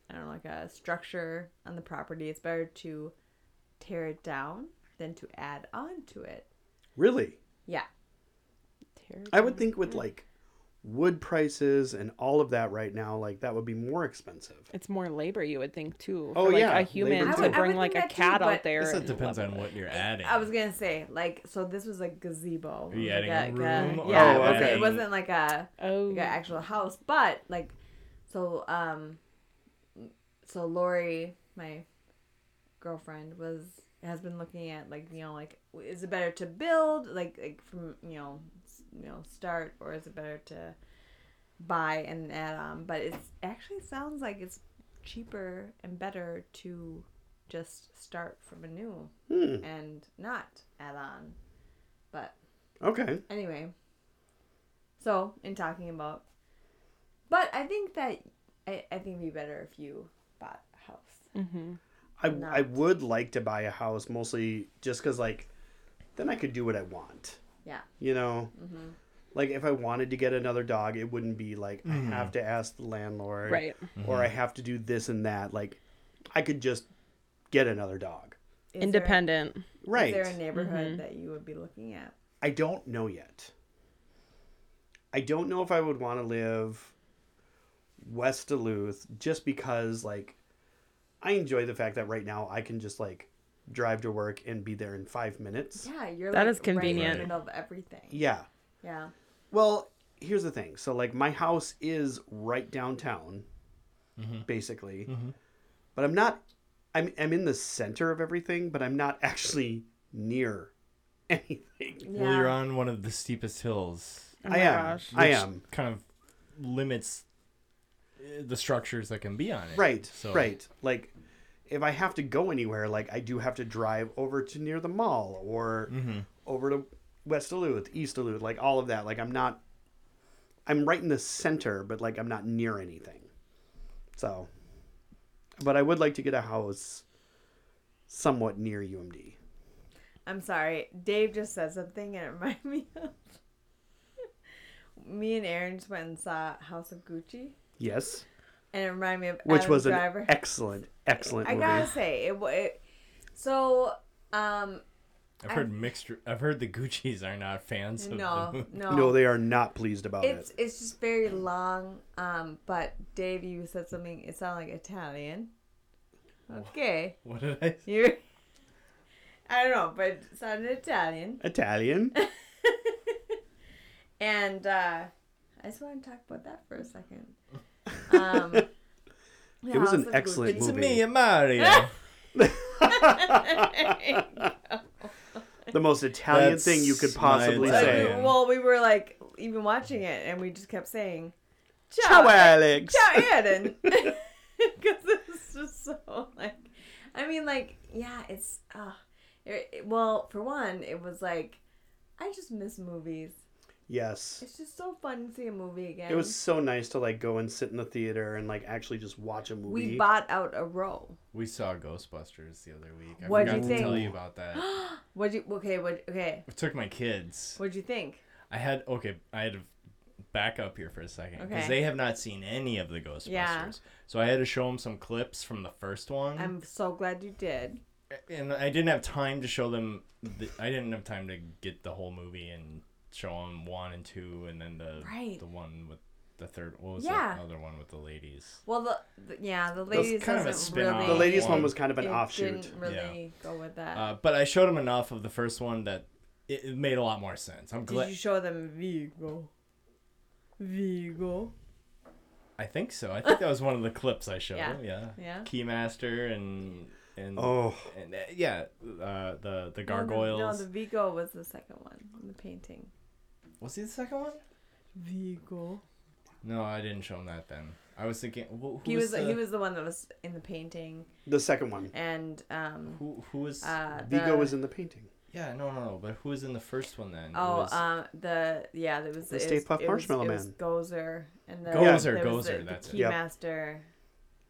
I don't know like a structure on the property, it's better to tear it down than to add on to it. Really? Yeah. I would think Mm-hmm. with like wood prices and all of that right now, like that would be more expensive. It's more labor, you would think too. Oh, for, like, yeah, a human labor, to too. I would- I bring would like think a that too, cat but- out there. This and depends level on it. what you're adding. I was gonna say like so this was like gazebo. Are you It was adding like a room or are yeah, it, you wasn't, it adding- wasn't like a Oh, like an actual house, but like, so um, so Lori, my girlfriend, was has been looking at like you know like is it better to build like like from you know s- you know start or is it better to buy and add on? But it actually sounds like it's cheaper and better to just start from anew Hmm. and not add on. But Okay. anyway so in talking about but i think that i, I think it'd be better if you bought a house I, not. I would like to buy a house mostly just because like then I could do what I want yeah you know Mm-hmm. like if I wanted to get another dog it wouldn't be like I have to ask the landlord right. or I have to do this and that like I could just get another dog Is Independent. there, right is there a neighborhood that you would be looking at I don't know yet I don't know if I would want to live west Duluth just because like I enjoy the fact that right now I can just like drive to work and be there in 5 minutes yeah you're That like is right in convenient. the middle of everything Yeah. yeah Well, here's the thing. So like my house is right downtown, basically, but I'm not. I'm I'm in the center of everything, but I'm not actually near [LAUGHS] anything. yeah Well, you're on one of the steepest hills. Oh my I am. gosh. I which am. Kind of limits uh, the structures that can be on it. Right. So, Right. Like. If I have to go anywhere, like I do have to drive over to near the mall or Mm-hmm. over to West Duluth, East Duluth, like all of that. Like I'm not, I'm right in the center, but like I'm not near anything. So But I would like to get a house somewhat near UMD. I'm sorry. Dave just said something and it [LAUGHS] reminded me of. me and Aaron just went and saw House of Gucci, Yes, and it reminded me of which Adam was an Driver. excellent, excellent I movie. gotta say it. wa- it so, um, I've heard mixed. I've heard the Gucci's are not fans of [LAUGHS] the no, movie. no, No, they are not pleased about it's it. it's just very long. Um, but Dave, you said something. It sounded like Italian. Okay, What did I? say? you. I don't know, but it sounded Italian. [LAUGHS] Italian. [LAUGHS] And uh, I just want to talk about that for a second. [LAUGHS] Um, it was an excellent It's movie. me, Mario. [LAUGHS] [LAUGHS] the most Italian That's thing you could my possibly say. Italian. well, we were like even watching it, and we just kept saying, Ciao, Alex. Ciao, Aaron," [LAUGHS] because it's just so like, I mean, like, yeah, it's uh, it, it- well, for one, it was like, I just miss movies. [LAUGHS] Yes. It's just so fun to see a movie again. It was so nice to like go and sit in the theater and like actually just watch a movie. We bought out a row. We saw Ghostbusters the other week. I What'd forgot you to think? tell you about that. What you okay? What okay? I took my kids. What'd you think? I had okay. I had to back up here for a second because Okay. they have not seen any of the Ghostbusters. Yeah. So I had to show them some clips from the first Um, one, I'm so glad you did. and I didn't have time to show them. The, I didn't have time to get the whole movie and show them one and two, and then the Right. the one with the third. What was Yeah. the other one with the ladies? Well, the, the yeah, the ladies kind of a doesn't spin-off. really. the ladies One. one was kind of an it offshoot. Didn't really go with that. Uh, but I showed them enough of the first one that it, it made a lot more sense. I'm Did glad. you show them Vigo? Vigo. I think so. I think that was one of the clips I showed. Yeah. them, Yeah. Yeah. Keymaster and and Oh, and uh, yeah, uh, the the No, the- gargoyles. No, the Vigo was the second one. The painting. Was he the second one? Vigo. No, I didn't show him that then. I was thinking wh- who He was was, the, he was the one that was in the painting the second one. and um who who was uh Vigo the, was in the painting. yeah no no no but who was in the first one then? It Oh, was- um, the yeah, there was The it Stay was- Puft it was- Marshmallow it was Man. Gozer and the Gozer, there was Gozer, the, that's it. the Yep. Keymaster,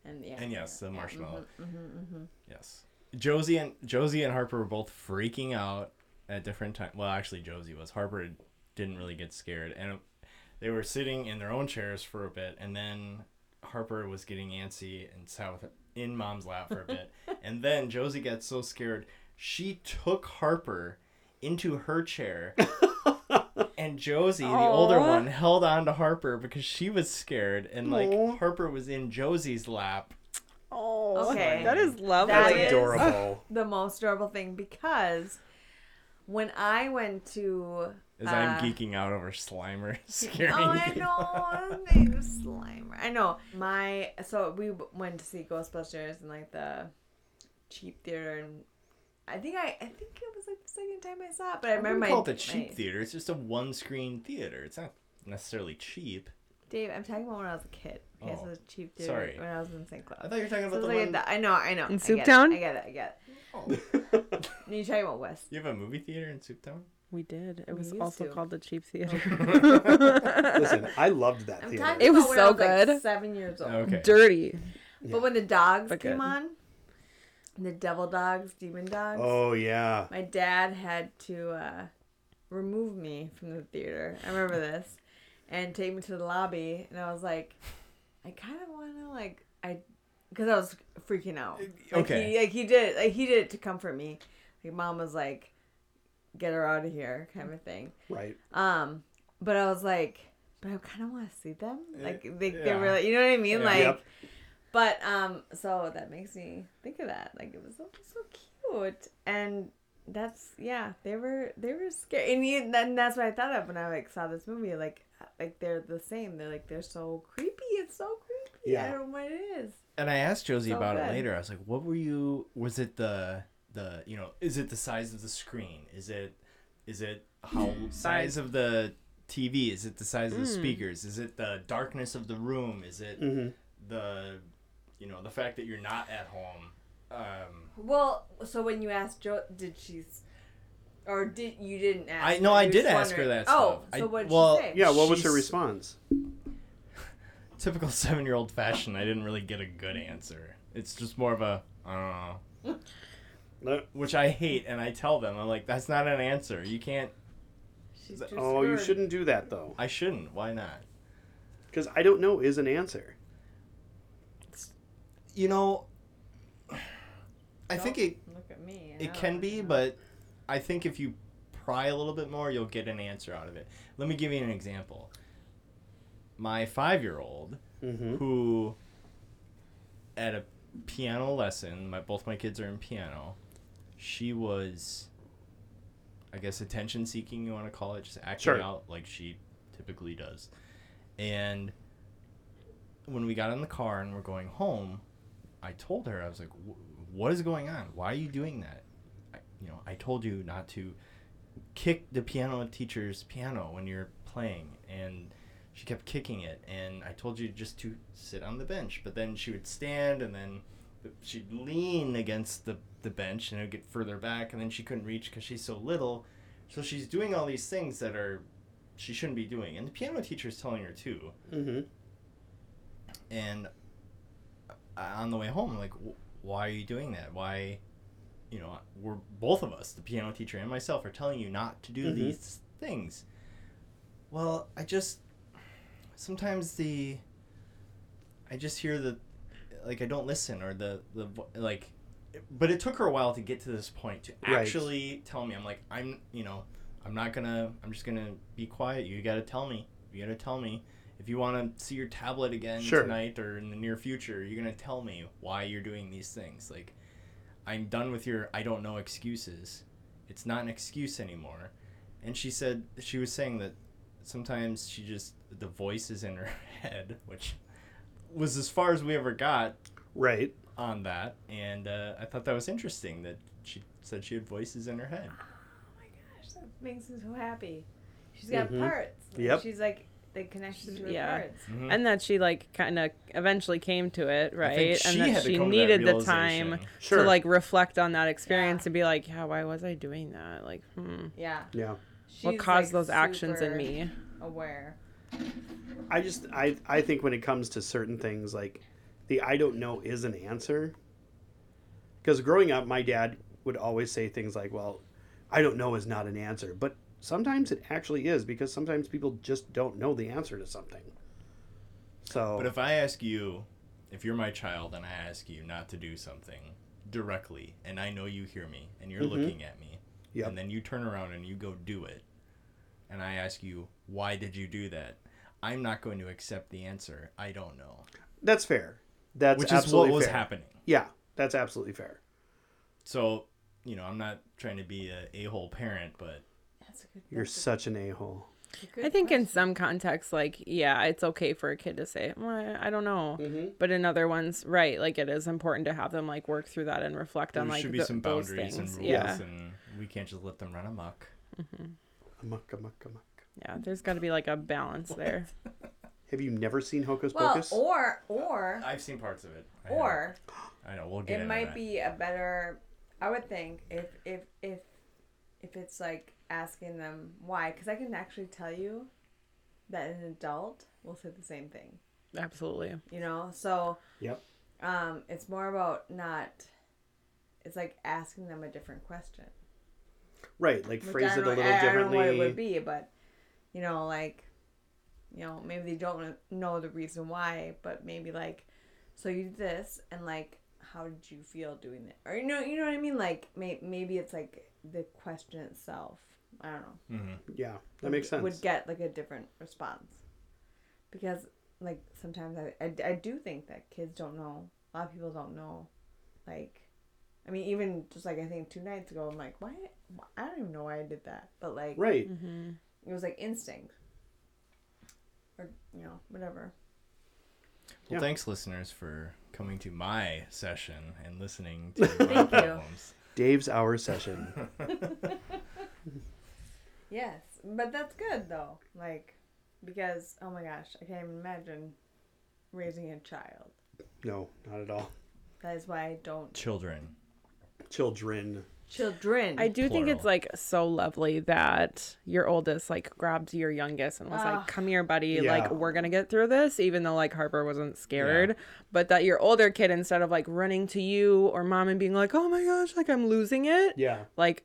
and yeah, and yes, the yeah, marshmallow. mhm, mhm, mhm. Yes, Josie and Josie and Harper were both freaking out at different times. Well, actually, Josie was. Harper didn't really get scared, and they were sitting in their own chairs for a bit, and then Harper was getting antsy and sat with in mom's lap for a bit, and then Josie got so scared she took Harper into her chair. And Josie, the older Aw. one, held on to Harper because she was scared, and like Aw. Harper was in Josie's lap, Oh, Okay. that is lovely. That That's is- [LAUGHS] adorable. The most adorable thing because when I went to As Uh, I'm geeking out over Slimer [LAUGHS] scaring oh, I you. [LAUGHS] know. They were Slimer. I know. My so we w- went to see Ghostbusters in like the cheap theater, and I think I I think it was like the second time I saw it, but I I wouldn't remember my, call it a cheap my- theater. It's just a one screen theater. It's not necessarily cheap. Dave, I'm talking about when I was a kid. Okay, Oh, so it's cheap theater sorry. when I was in St. Cloud. I thought you were talking about So it's the like one. that- I know, I know. In I Soup get it, Town? I get it, I get Oh. it. And You're talking about West. You have a movie theater in Soup Town? We did. It We was used also to. called the cheap theater. Listen, I loved that I'm theater. talking It was about when so I was like, good. seven years old. Okay. [LAUGHS] Dirty. But when the dogs But came good. on, the devil dogs, demon dogs, Oh yeah. my dad had to uh, remove me from the theater. I remember this, and take me to the lobby, and I was like, I kind of want to like I, because I was freaking out. Like, Uh, Okay. He, like he did, like he did it to comfort me. Like mom was like, get her out of here, kind of thing. Right. Um, but I was like, but I kind of want to see them. Like they, they yeah. were, like, you know what I mean? Yeah. Like, Yep. but um, so that makes me think of that. Like it was so, so cute, and that's yeah, they were they were scary, and you, then that's what I thought of when I like saw this movie. Like like they're the same. They're like they're so creepy. It's so creepy. I Yeah. don't know what it is. And I asked Josie So about good. it later. I was like, "What were you? Was it the the you know? Is it the size of the screen? Is it is it [LAUGHS] how size of the TV? Is it the size of Hmm. the speakers? Is it the darkness of the room? Is it Mm-hmm. the you know the fact that you're not at home? Um, Well, so when you asked Jo, did she? s- Or did you didn't ask? I no, her, I you did just ask her that. wondering- Oh, stuff. I- so what did well, she say? Yeah. What was her She's- response? [LAUGHS] typical seven year old fashion, I didn't really get a good answer. It's just more of a I don't know. [LAUGHS] No. which I hate, and I tell them, I'm like, that's not an answer. You can't. She's Th- too Oh, you screwed. shouldn't do that though, I shouldn't. Why not? because I don't know is an answer. You know, I think it Look at me. it can be, but I think if you pry a little bit more, you'll get an answer out of it. Let me give you an example. My five year old Hmm? Mm-hmm. who at a piano lesson my both my kids are in piano she was i guess attention seeking you want to call it just acting Sure. out like she typically does and when we got in the car and we're going home i told her i was like "Wh- what is going on why are you doing that I, you know i told you not to kick the piano teacher's piano when you're playing and she kept kicking it and i told you just to sit on the bench but then she would stand and then she'd lean against the, the bench and it would get further back and then she couldn't reach because she's so little so she's doing all these things that are she shouldn't be doing and the piano teacher is telling her too Mm-hmm. and I- on the way home like "Wh- why are you doing that why you know we're both of us the piano teacher and myself are telling you not to do Mhm. these things well i just sometimes the i just hear the like i don't listen or the the vo- like but it took her a while to get to this point to Right. actually tell me i'm like i'm you know i'm not gonna i'm just gonna be quiet you gotta tell me you gotta tell me if you want to see your tablet again Sure. tonight or in the near future, you're gonna tell me why you're doing these things. Like, I'm done with your I don't know excuses. It's not an excuse anymore. And she said she was saying that sometimes she just the voice is in her [LAUGHS] head, which was as far as we ever got Right. on that. And uh, I thought that was interesting that she said she had voices in her head. Oh my gosh, that makes me so happy. She's got Mm-hmm. Mhm. parts. Yep. She's like the connection to her Yeah. parts. Mhm. and that she like kind of eventually came to it, I right? think and that had to she come to that needed the time realization. Sure. to like reflect on that experience Yeah. and be like, yeah, why was I doing that? Like, hmm, Yeah. Yeah. She's what caused like, those actions in super me? Aware. I just I I think when it comes to certain things like the I don't know is an answer. Because growing up, my dad would always say things like, "Well, I don't know is not an answer," but sometimes it actually is because sometimes people just don't know the answer to something. So But Oh. if I ask you, if you're my child and I ask you not to do something directly, and I know you hear me and you're Mhm. looking at me, Yep. and then you turn around and you go do it, and I ask you, why did you do that? I'm not going to accept the answer. I don't know. that's fair. That's Which is what absolutely was fair. happening. Yeah, that's absolutely fair. So, you know, I'm not trying to be a a hole parent, but That's a good. You're such an a hole. I think in some contexts, like, yeah, it's okay for a kid to say, well, I- I don't know. Mm-hmm. But in other ones, right, like it is important to have them like work through that and reflect there on like should be th- some those boundaries and things. rules, yeah. and we can't just let them run amok. Amok, amok, amok. Yeah. There's got to be like a balance there. Have you never seen Hocus Well, Pocus? or or I've seen parts of it. I have. or I know we'll get it into might that. be a better. I would think if if if if it's like asking them why, because I can actually tell you that an adult will say the same thing. Absolutely. You know, so Yep. um, it's more about not. It's like asking them a different question. Right, like Which phrase I it a don't- little I, differently. I don't know what it would be, but you know, like, you know, maybe they don't know the reason why, but maybe like, so you did this, and like, how did you feel doing it? Or you know, you know what I mean? Like, may, maybe it's like the question itself. I don't know. Mm-hmm. Yeah, that makes sense. Would get like a different response because like sometimes I, I I do think that kids don't know. A lot of people don't know, like. I mean, even just like I think two nights ago, I'm like, why? I don't even know why I did that, but like, Right. it was like instinct or you know whatever Well, Yeah. thanks, listeners, for coming to my session and listening [LAUGHS] to my problems. Dave's hour session. [LAUGHS] yes but that's good though like because oh my gosh i can't even imagine raising a child No, not at all. that is why i don't Children. Children. Children. I do think it's Plural. like so lovely that your oldest like grabbed your youngest and was like, Ah. "Come here, buddy. Yeah. Like we're gonna get through this." Even though like Harper wasn't scared, but that your older kid instead of like running to you or mom and being like, "Oh my gosh, like I'm losing it," Yeah. like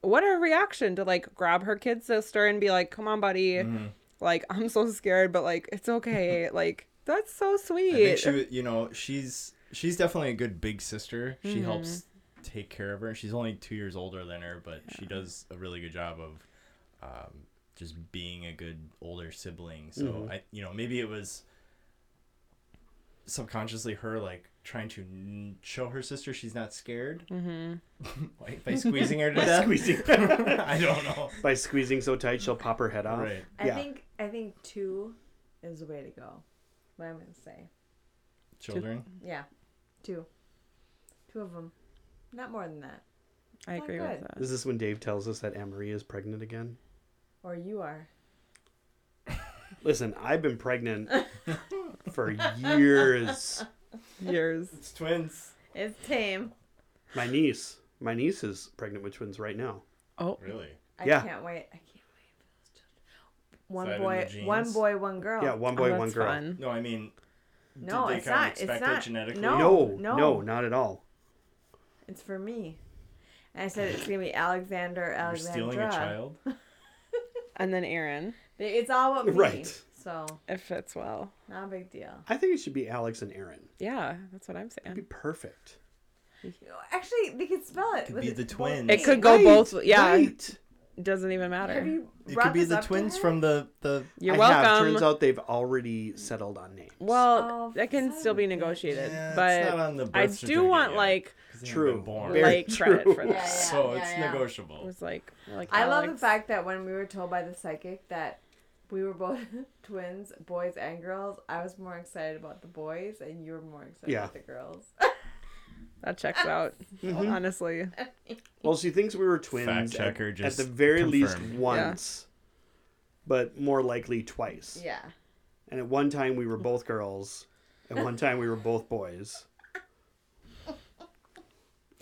what a reaction to like grab her kid sister and be like, "Come on, buddy. Mm-hmm. Like I'm so scared, but like it's [LAUGHS] okay." like that's so I think sweet. she, wa- you know, she's she's definitely a good big sister. Mm-hmm. She helps take care of her. She's only two years older than her, but she does a really good job of um, just being a good older sibling. So Mm-hmm. I, you know, maybe it was subconsciously her like trying to n- show her sister she's not scared [LAUGHS] Like, by squeezing [LAUGHS] her to death. [LAUGHS] Mm-hmm. Squeezing [LAUGHS] I don't [LAUGHS] know. by squeezing so tight she'll pop her head off. Right. I yeah. think I think two is the way to go. What I'm gonna say. Children. Yeah, two, two of them, not more than that. I agree with good. that. Is this when Dave tells us that Anne-Marie is pregnant again? Or you are. Listen, I've been pregnant for years. Years. [LAUGHS] It's twins. It's tame. My niece, my niece is pregnant with twins right now. Oh, Really? I Yeah. can't wait. I can't wait for those children. One that in boy, the one genes? boy, one girl. Yeah, one oh, boy, that's one girl. fun. No, I mean, No, did they it's kind of not. expect it's that not. genetically? No, No, no, no, not at all. It's for me. And I said it's gonna be Alexander You're Alexandra. stealing a [LAUGHS] child. And then Aaron, It's all about me. Right. So it fits well. not a big deal. I think it should be Alex and Aaron. Yeah, that's what I'm It'd be saying. perfect. Actually, they could spell it. Could with be it- the both twins. It names. could go both. Yeah, Right. doesn't even Have matter. you It brought could be this the up to twins her? from the the. You're I have. welcome. Turns out they've already settled on names. well, Oh, that can still be negotiated, Yeah, it's not but on the I birth do want certificate like yet, 'cause they haven't True. been Born. Very like credit for true. that. Yeah, yeah. so it's yeah. It negotiable. was like like I love the Alex. fact that when we were told by the psychic that we were both [LAUGHS] twins, boys and girls, I was more excited about the boys and you were more excited Yeah. about the girls. that checks out. Honestly, Oh. Well, she thinks we were twins. Fact at- checker at, just the very least confirmed. once, but more likely twice. [LAUGHS] yeah. And at one time we were both girls, and one time we were both boys.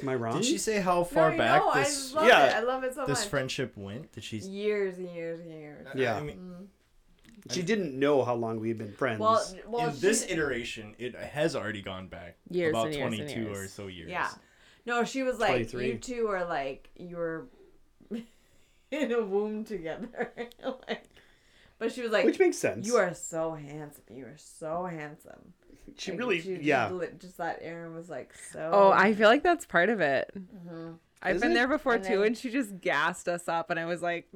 Am I wrong? Did she say how far no, back no, this I love Yeah. it. I love it so this much. friendship went? Did she? years and years and years. Yeah. I mean, She didn't know how long we had been friends. Well, well, in this she- iteration, it has already gone back Years about and years and 22 or years. so years. yeah. No, she was like 23. you two are like you were [LAUGHS] in a womb together. [LAUGHS] like, but she was like which makes sense. you are so handsome. You are so handsome. She Like, really, she yeah. Just, li- just thought Aaron was like so. oh, I feel like that's part of it. I've Is been it? there before Mm-hmm. And too, then- and she just gassed us up, and I was [LAUGHS] like,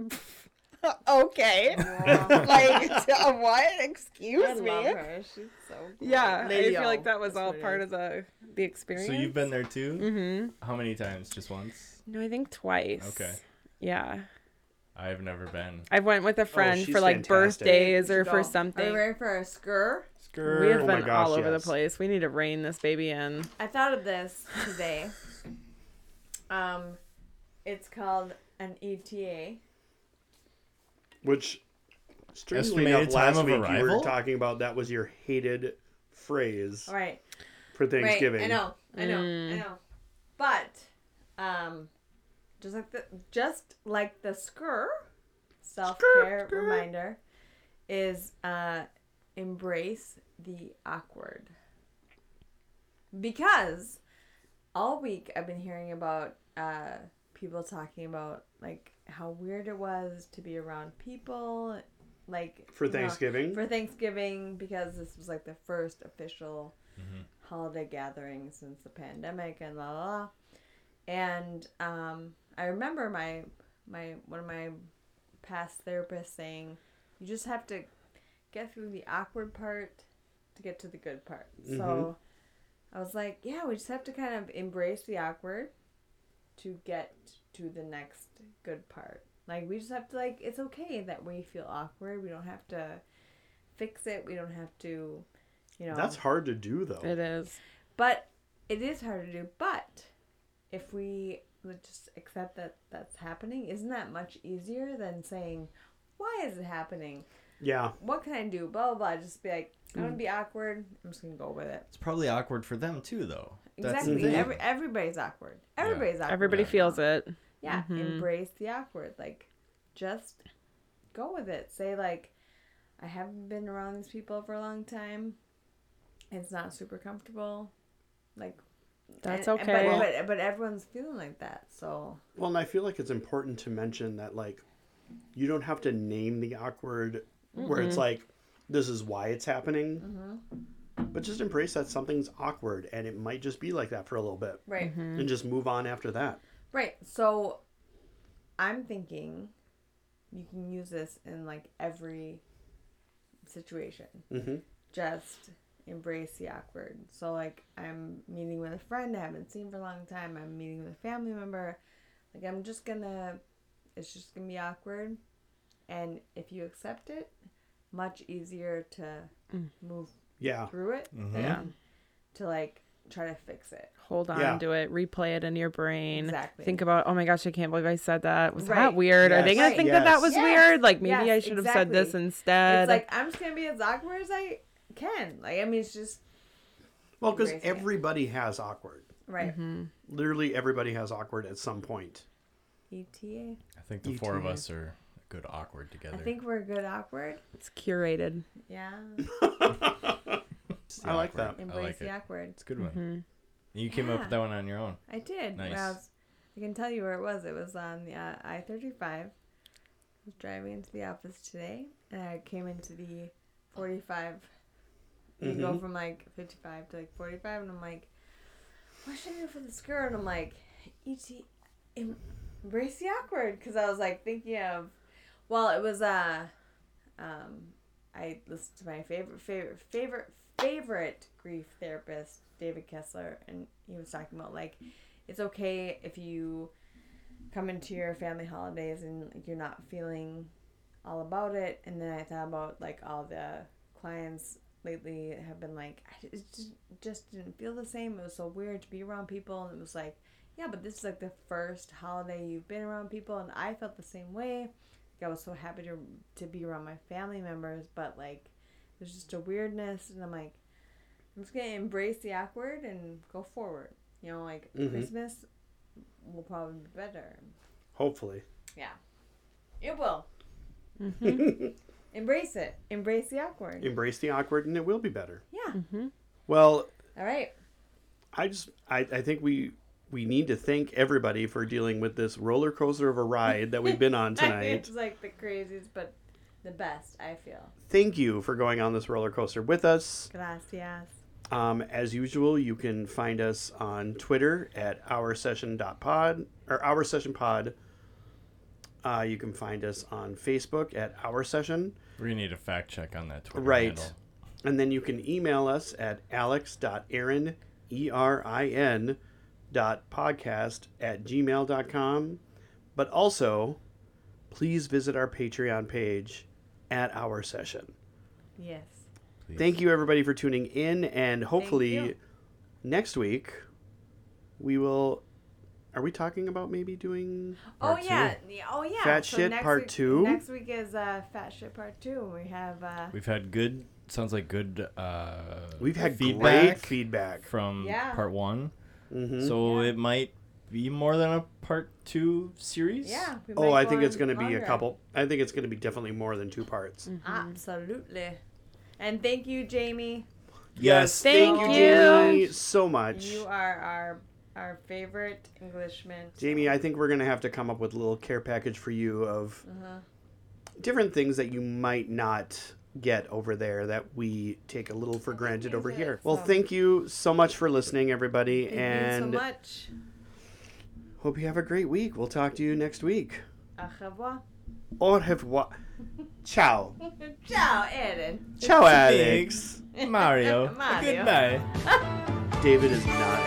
[LAUGHS] okay, like [LAUGHS] what? I Excuse love me. her. She's so. Cool. Yeah, Lady I feel like O, that was that's all what it part is. of the the experience. So you've been there too? hmm Mm-hmm. How many times? Just once? No, I think twice. Okay. Yeah, I've never been. I went with a friend Oh, she's for like fantastic. birthdays or Go. for Are we something. ready for a skrr? Skirt. We have Oh my been gosh, all over yes. the place. We need to rein this baby in. I thought of this today. um, it's called an E ETA. Which, strangely Estimated enough, time last of week you were arrival? talking about that was your hated phrase All right. for Right. Thanksgiving. I know. I know. I know. But, um, just like the just like the skrr, self care reminder, is uh, embrace the awkward. Because all week I've been hearing about uh, people talking about like how weird it was to be around people, like For you know, Thanksgiving? for Thanksgiving, because this was like the first official holiday gathering since the pandemic, and la la. la. And um, I remember my my one of my past therapists saying, "You just have to get through the awkward part to get to the good part." So I was like, "Yeah, we just have to kind of embrace the awkward to get to the next good part." Like we just have to like it's okay that we feel awkward. We don't have to fix it. We don't have to, you know. That's hard to do though. It is. But it is hard to do. But if we would just accept that that's happening, isn't that much easier than saying, why is it happening? Yeah. what can I do? Blah, blah, blah. Just be like, I'm going to be awkward. I'm just going to go with it. It's probably awkward for them too, though. That's the Exactly. thing. Every, everybody's awkward. Everybody's awkward. Everybody right feels now. it. Mm-hmm. Yeah. Embrace the awkward. Like, just go with it. Say, like, I haven't been around these people for a long time. It's not super comfortable. Like, That's and- okay. But, but, but everyone's feeling like that. So, Well, and I feel like it's important to mention that like you don't have to name the awkward where it's like this is why it's happening. But just embrace that something's awkward and it might just be like that for a little bit right. Mm-hmm. and just move on after that. Right. So I'm thinking you can use this in like every situation. Mm-hmm. Just embrace the awkward. So like I'm meeting with a friend I haven't seen for a long time. I'm meeting with a family member. Like I'm just gonna it's just gonna be awkward. And if you accept it, much easier to move Yeah. through it than Mm. Yeah. to like try to fix it. Hold on Yeah. to it. Replay it in your brain. Exactly. Think about, oh my gosh, I can't believe I said that. Was Right. that weird? Are they Yes. going Right. to think that that was Yes. weird? Like maybe Yes, I should have said this exactly. instead. It's like I'm just gonna be as awkward as I can. Like I mean, it's just Well, because Embracing it. everybody has awkward. right. Mm-hmm. Literally everybody has awkward at some point. E ETA. I think the You four of too. us are good awkward I together. think we're good awkward. it's curated. Yeah, It's the I like awkward. that. Mm-hmm. I embrace like the it. awkward. It's a good one. You came up Yeah. with that one on your own. I did. when I, Nice. was, I can tell you where it was. It was on the uh, I-35. I was driving into the office today, and I uh, came into the 45. You go from like 55 to like 45, and I'm like, what should I do for the skirt? And I'm like, ET, em- embrace the awkward, because I was like thinking of, well, it was uh, um, I listened to my favorite favorite favorite favorite grief therapist, David Kessler, and he was talking about like, it's okay if you come into your family holidays and like, you're not feeling all about it. And then I thought about like all the clients lately have been like, I ju- it just, just didn't feel the same. It was so weird to be around people. And it was like, yeah, but this is like the first holiday you've been around people. And I felt the same way. Like, I was so happy to, to be around my family members, but like, there's just a weirdness. And I'm like, I'm just going to embrace the awkward and go forward. You know, like Mhm. Christmas will probably be better. Hopefully. Yeah. It will. Mm-hmm. Embrace it. Embrace the awkward. Embrace the awkward and it will be better. yeah. Well, All right. [LAUGHS] I just I, I think we we need to thank everybody for dealing with this roller coaster of a ride that we've been on tonight. it's like the craziest, but the best, I feel. thank you for going on this roller coaster with us. Gracias. Um, as usual, you can find us on Twitter at oursession.pod or Our Session Pod. Uh, you can find us on Facebook at Our Session. We're gonna need a fact check on that Twitter Right. handle. And then you can email us at alex.aaron, E R I N, dot podcast at gmail.com. But also, please visit our Patreon page at our session. Yes. Please. Thank you, everybody, for tuning in. And you. hopefully, next week, we will. Are we talking about maybe doing. Part oh, two. yeah. Yeah, Oh, yeah. Fat shit next part week- two? Next week is uh, Fat Shit Part 2. and We have. Uh, We've had good. Sounds like good. Uh, We've had great feedback feedback. from Yeah. part one, Mhm. so Yeah. it might be more than a part two series. yeah. we Oh, might I go think on Mm. it's going to be a longer. couple. I think it's going to be definitely more than two parts. Mm-hmm. Absolutely. And thank you, Jamie. Yes. Thank Thank you, you. Jamie, so much. You are our our favorite Englishman. Jamie, I think we're gonna have to come up with a little care package for you of Mm-hmm. different things that you might not get over there that we take a little for granted over do, here. Well, so. thank you so much for listening, everybody, Thank you and so much. hope you have a great week. We'll talk to you next week. Au revoir. Au revoir. Ciao. Ciao, Aaron. Ciao, Alex. [LAUGHS] Mario. Mario. Goodbye. David is not.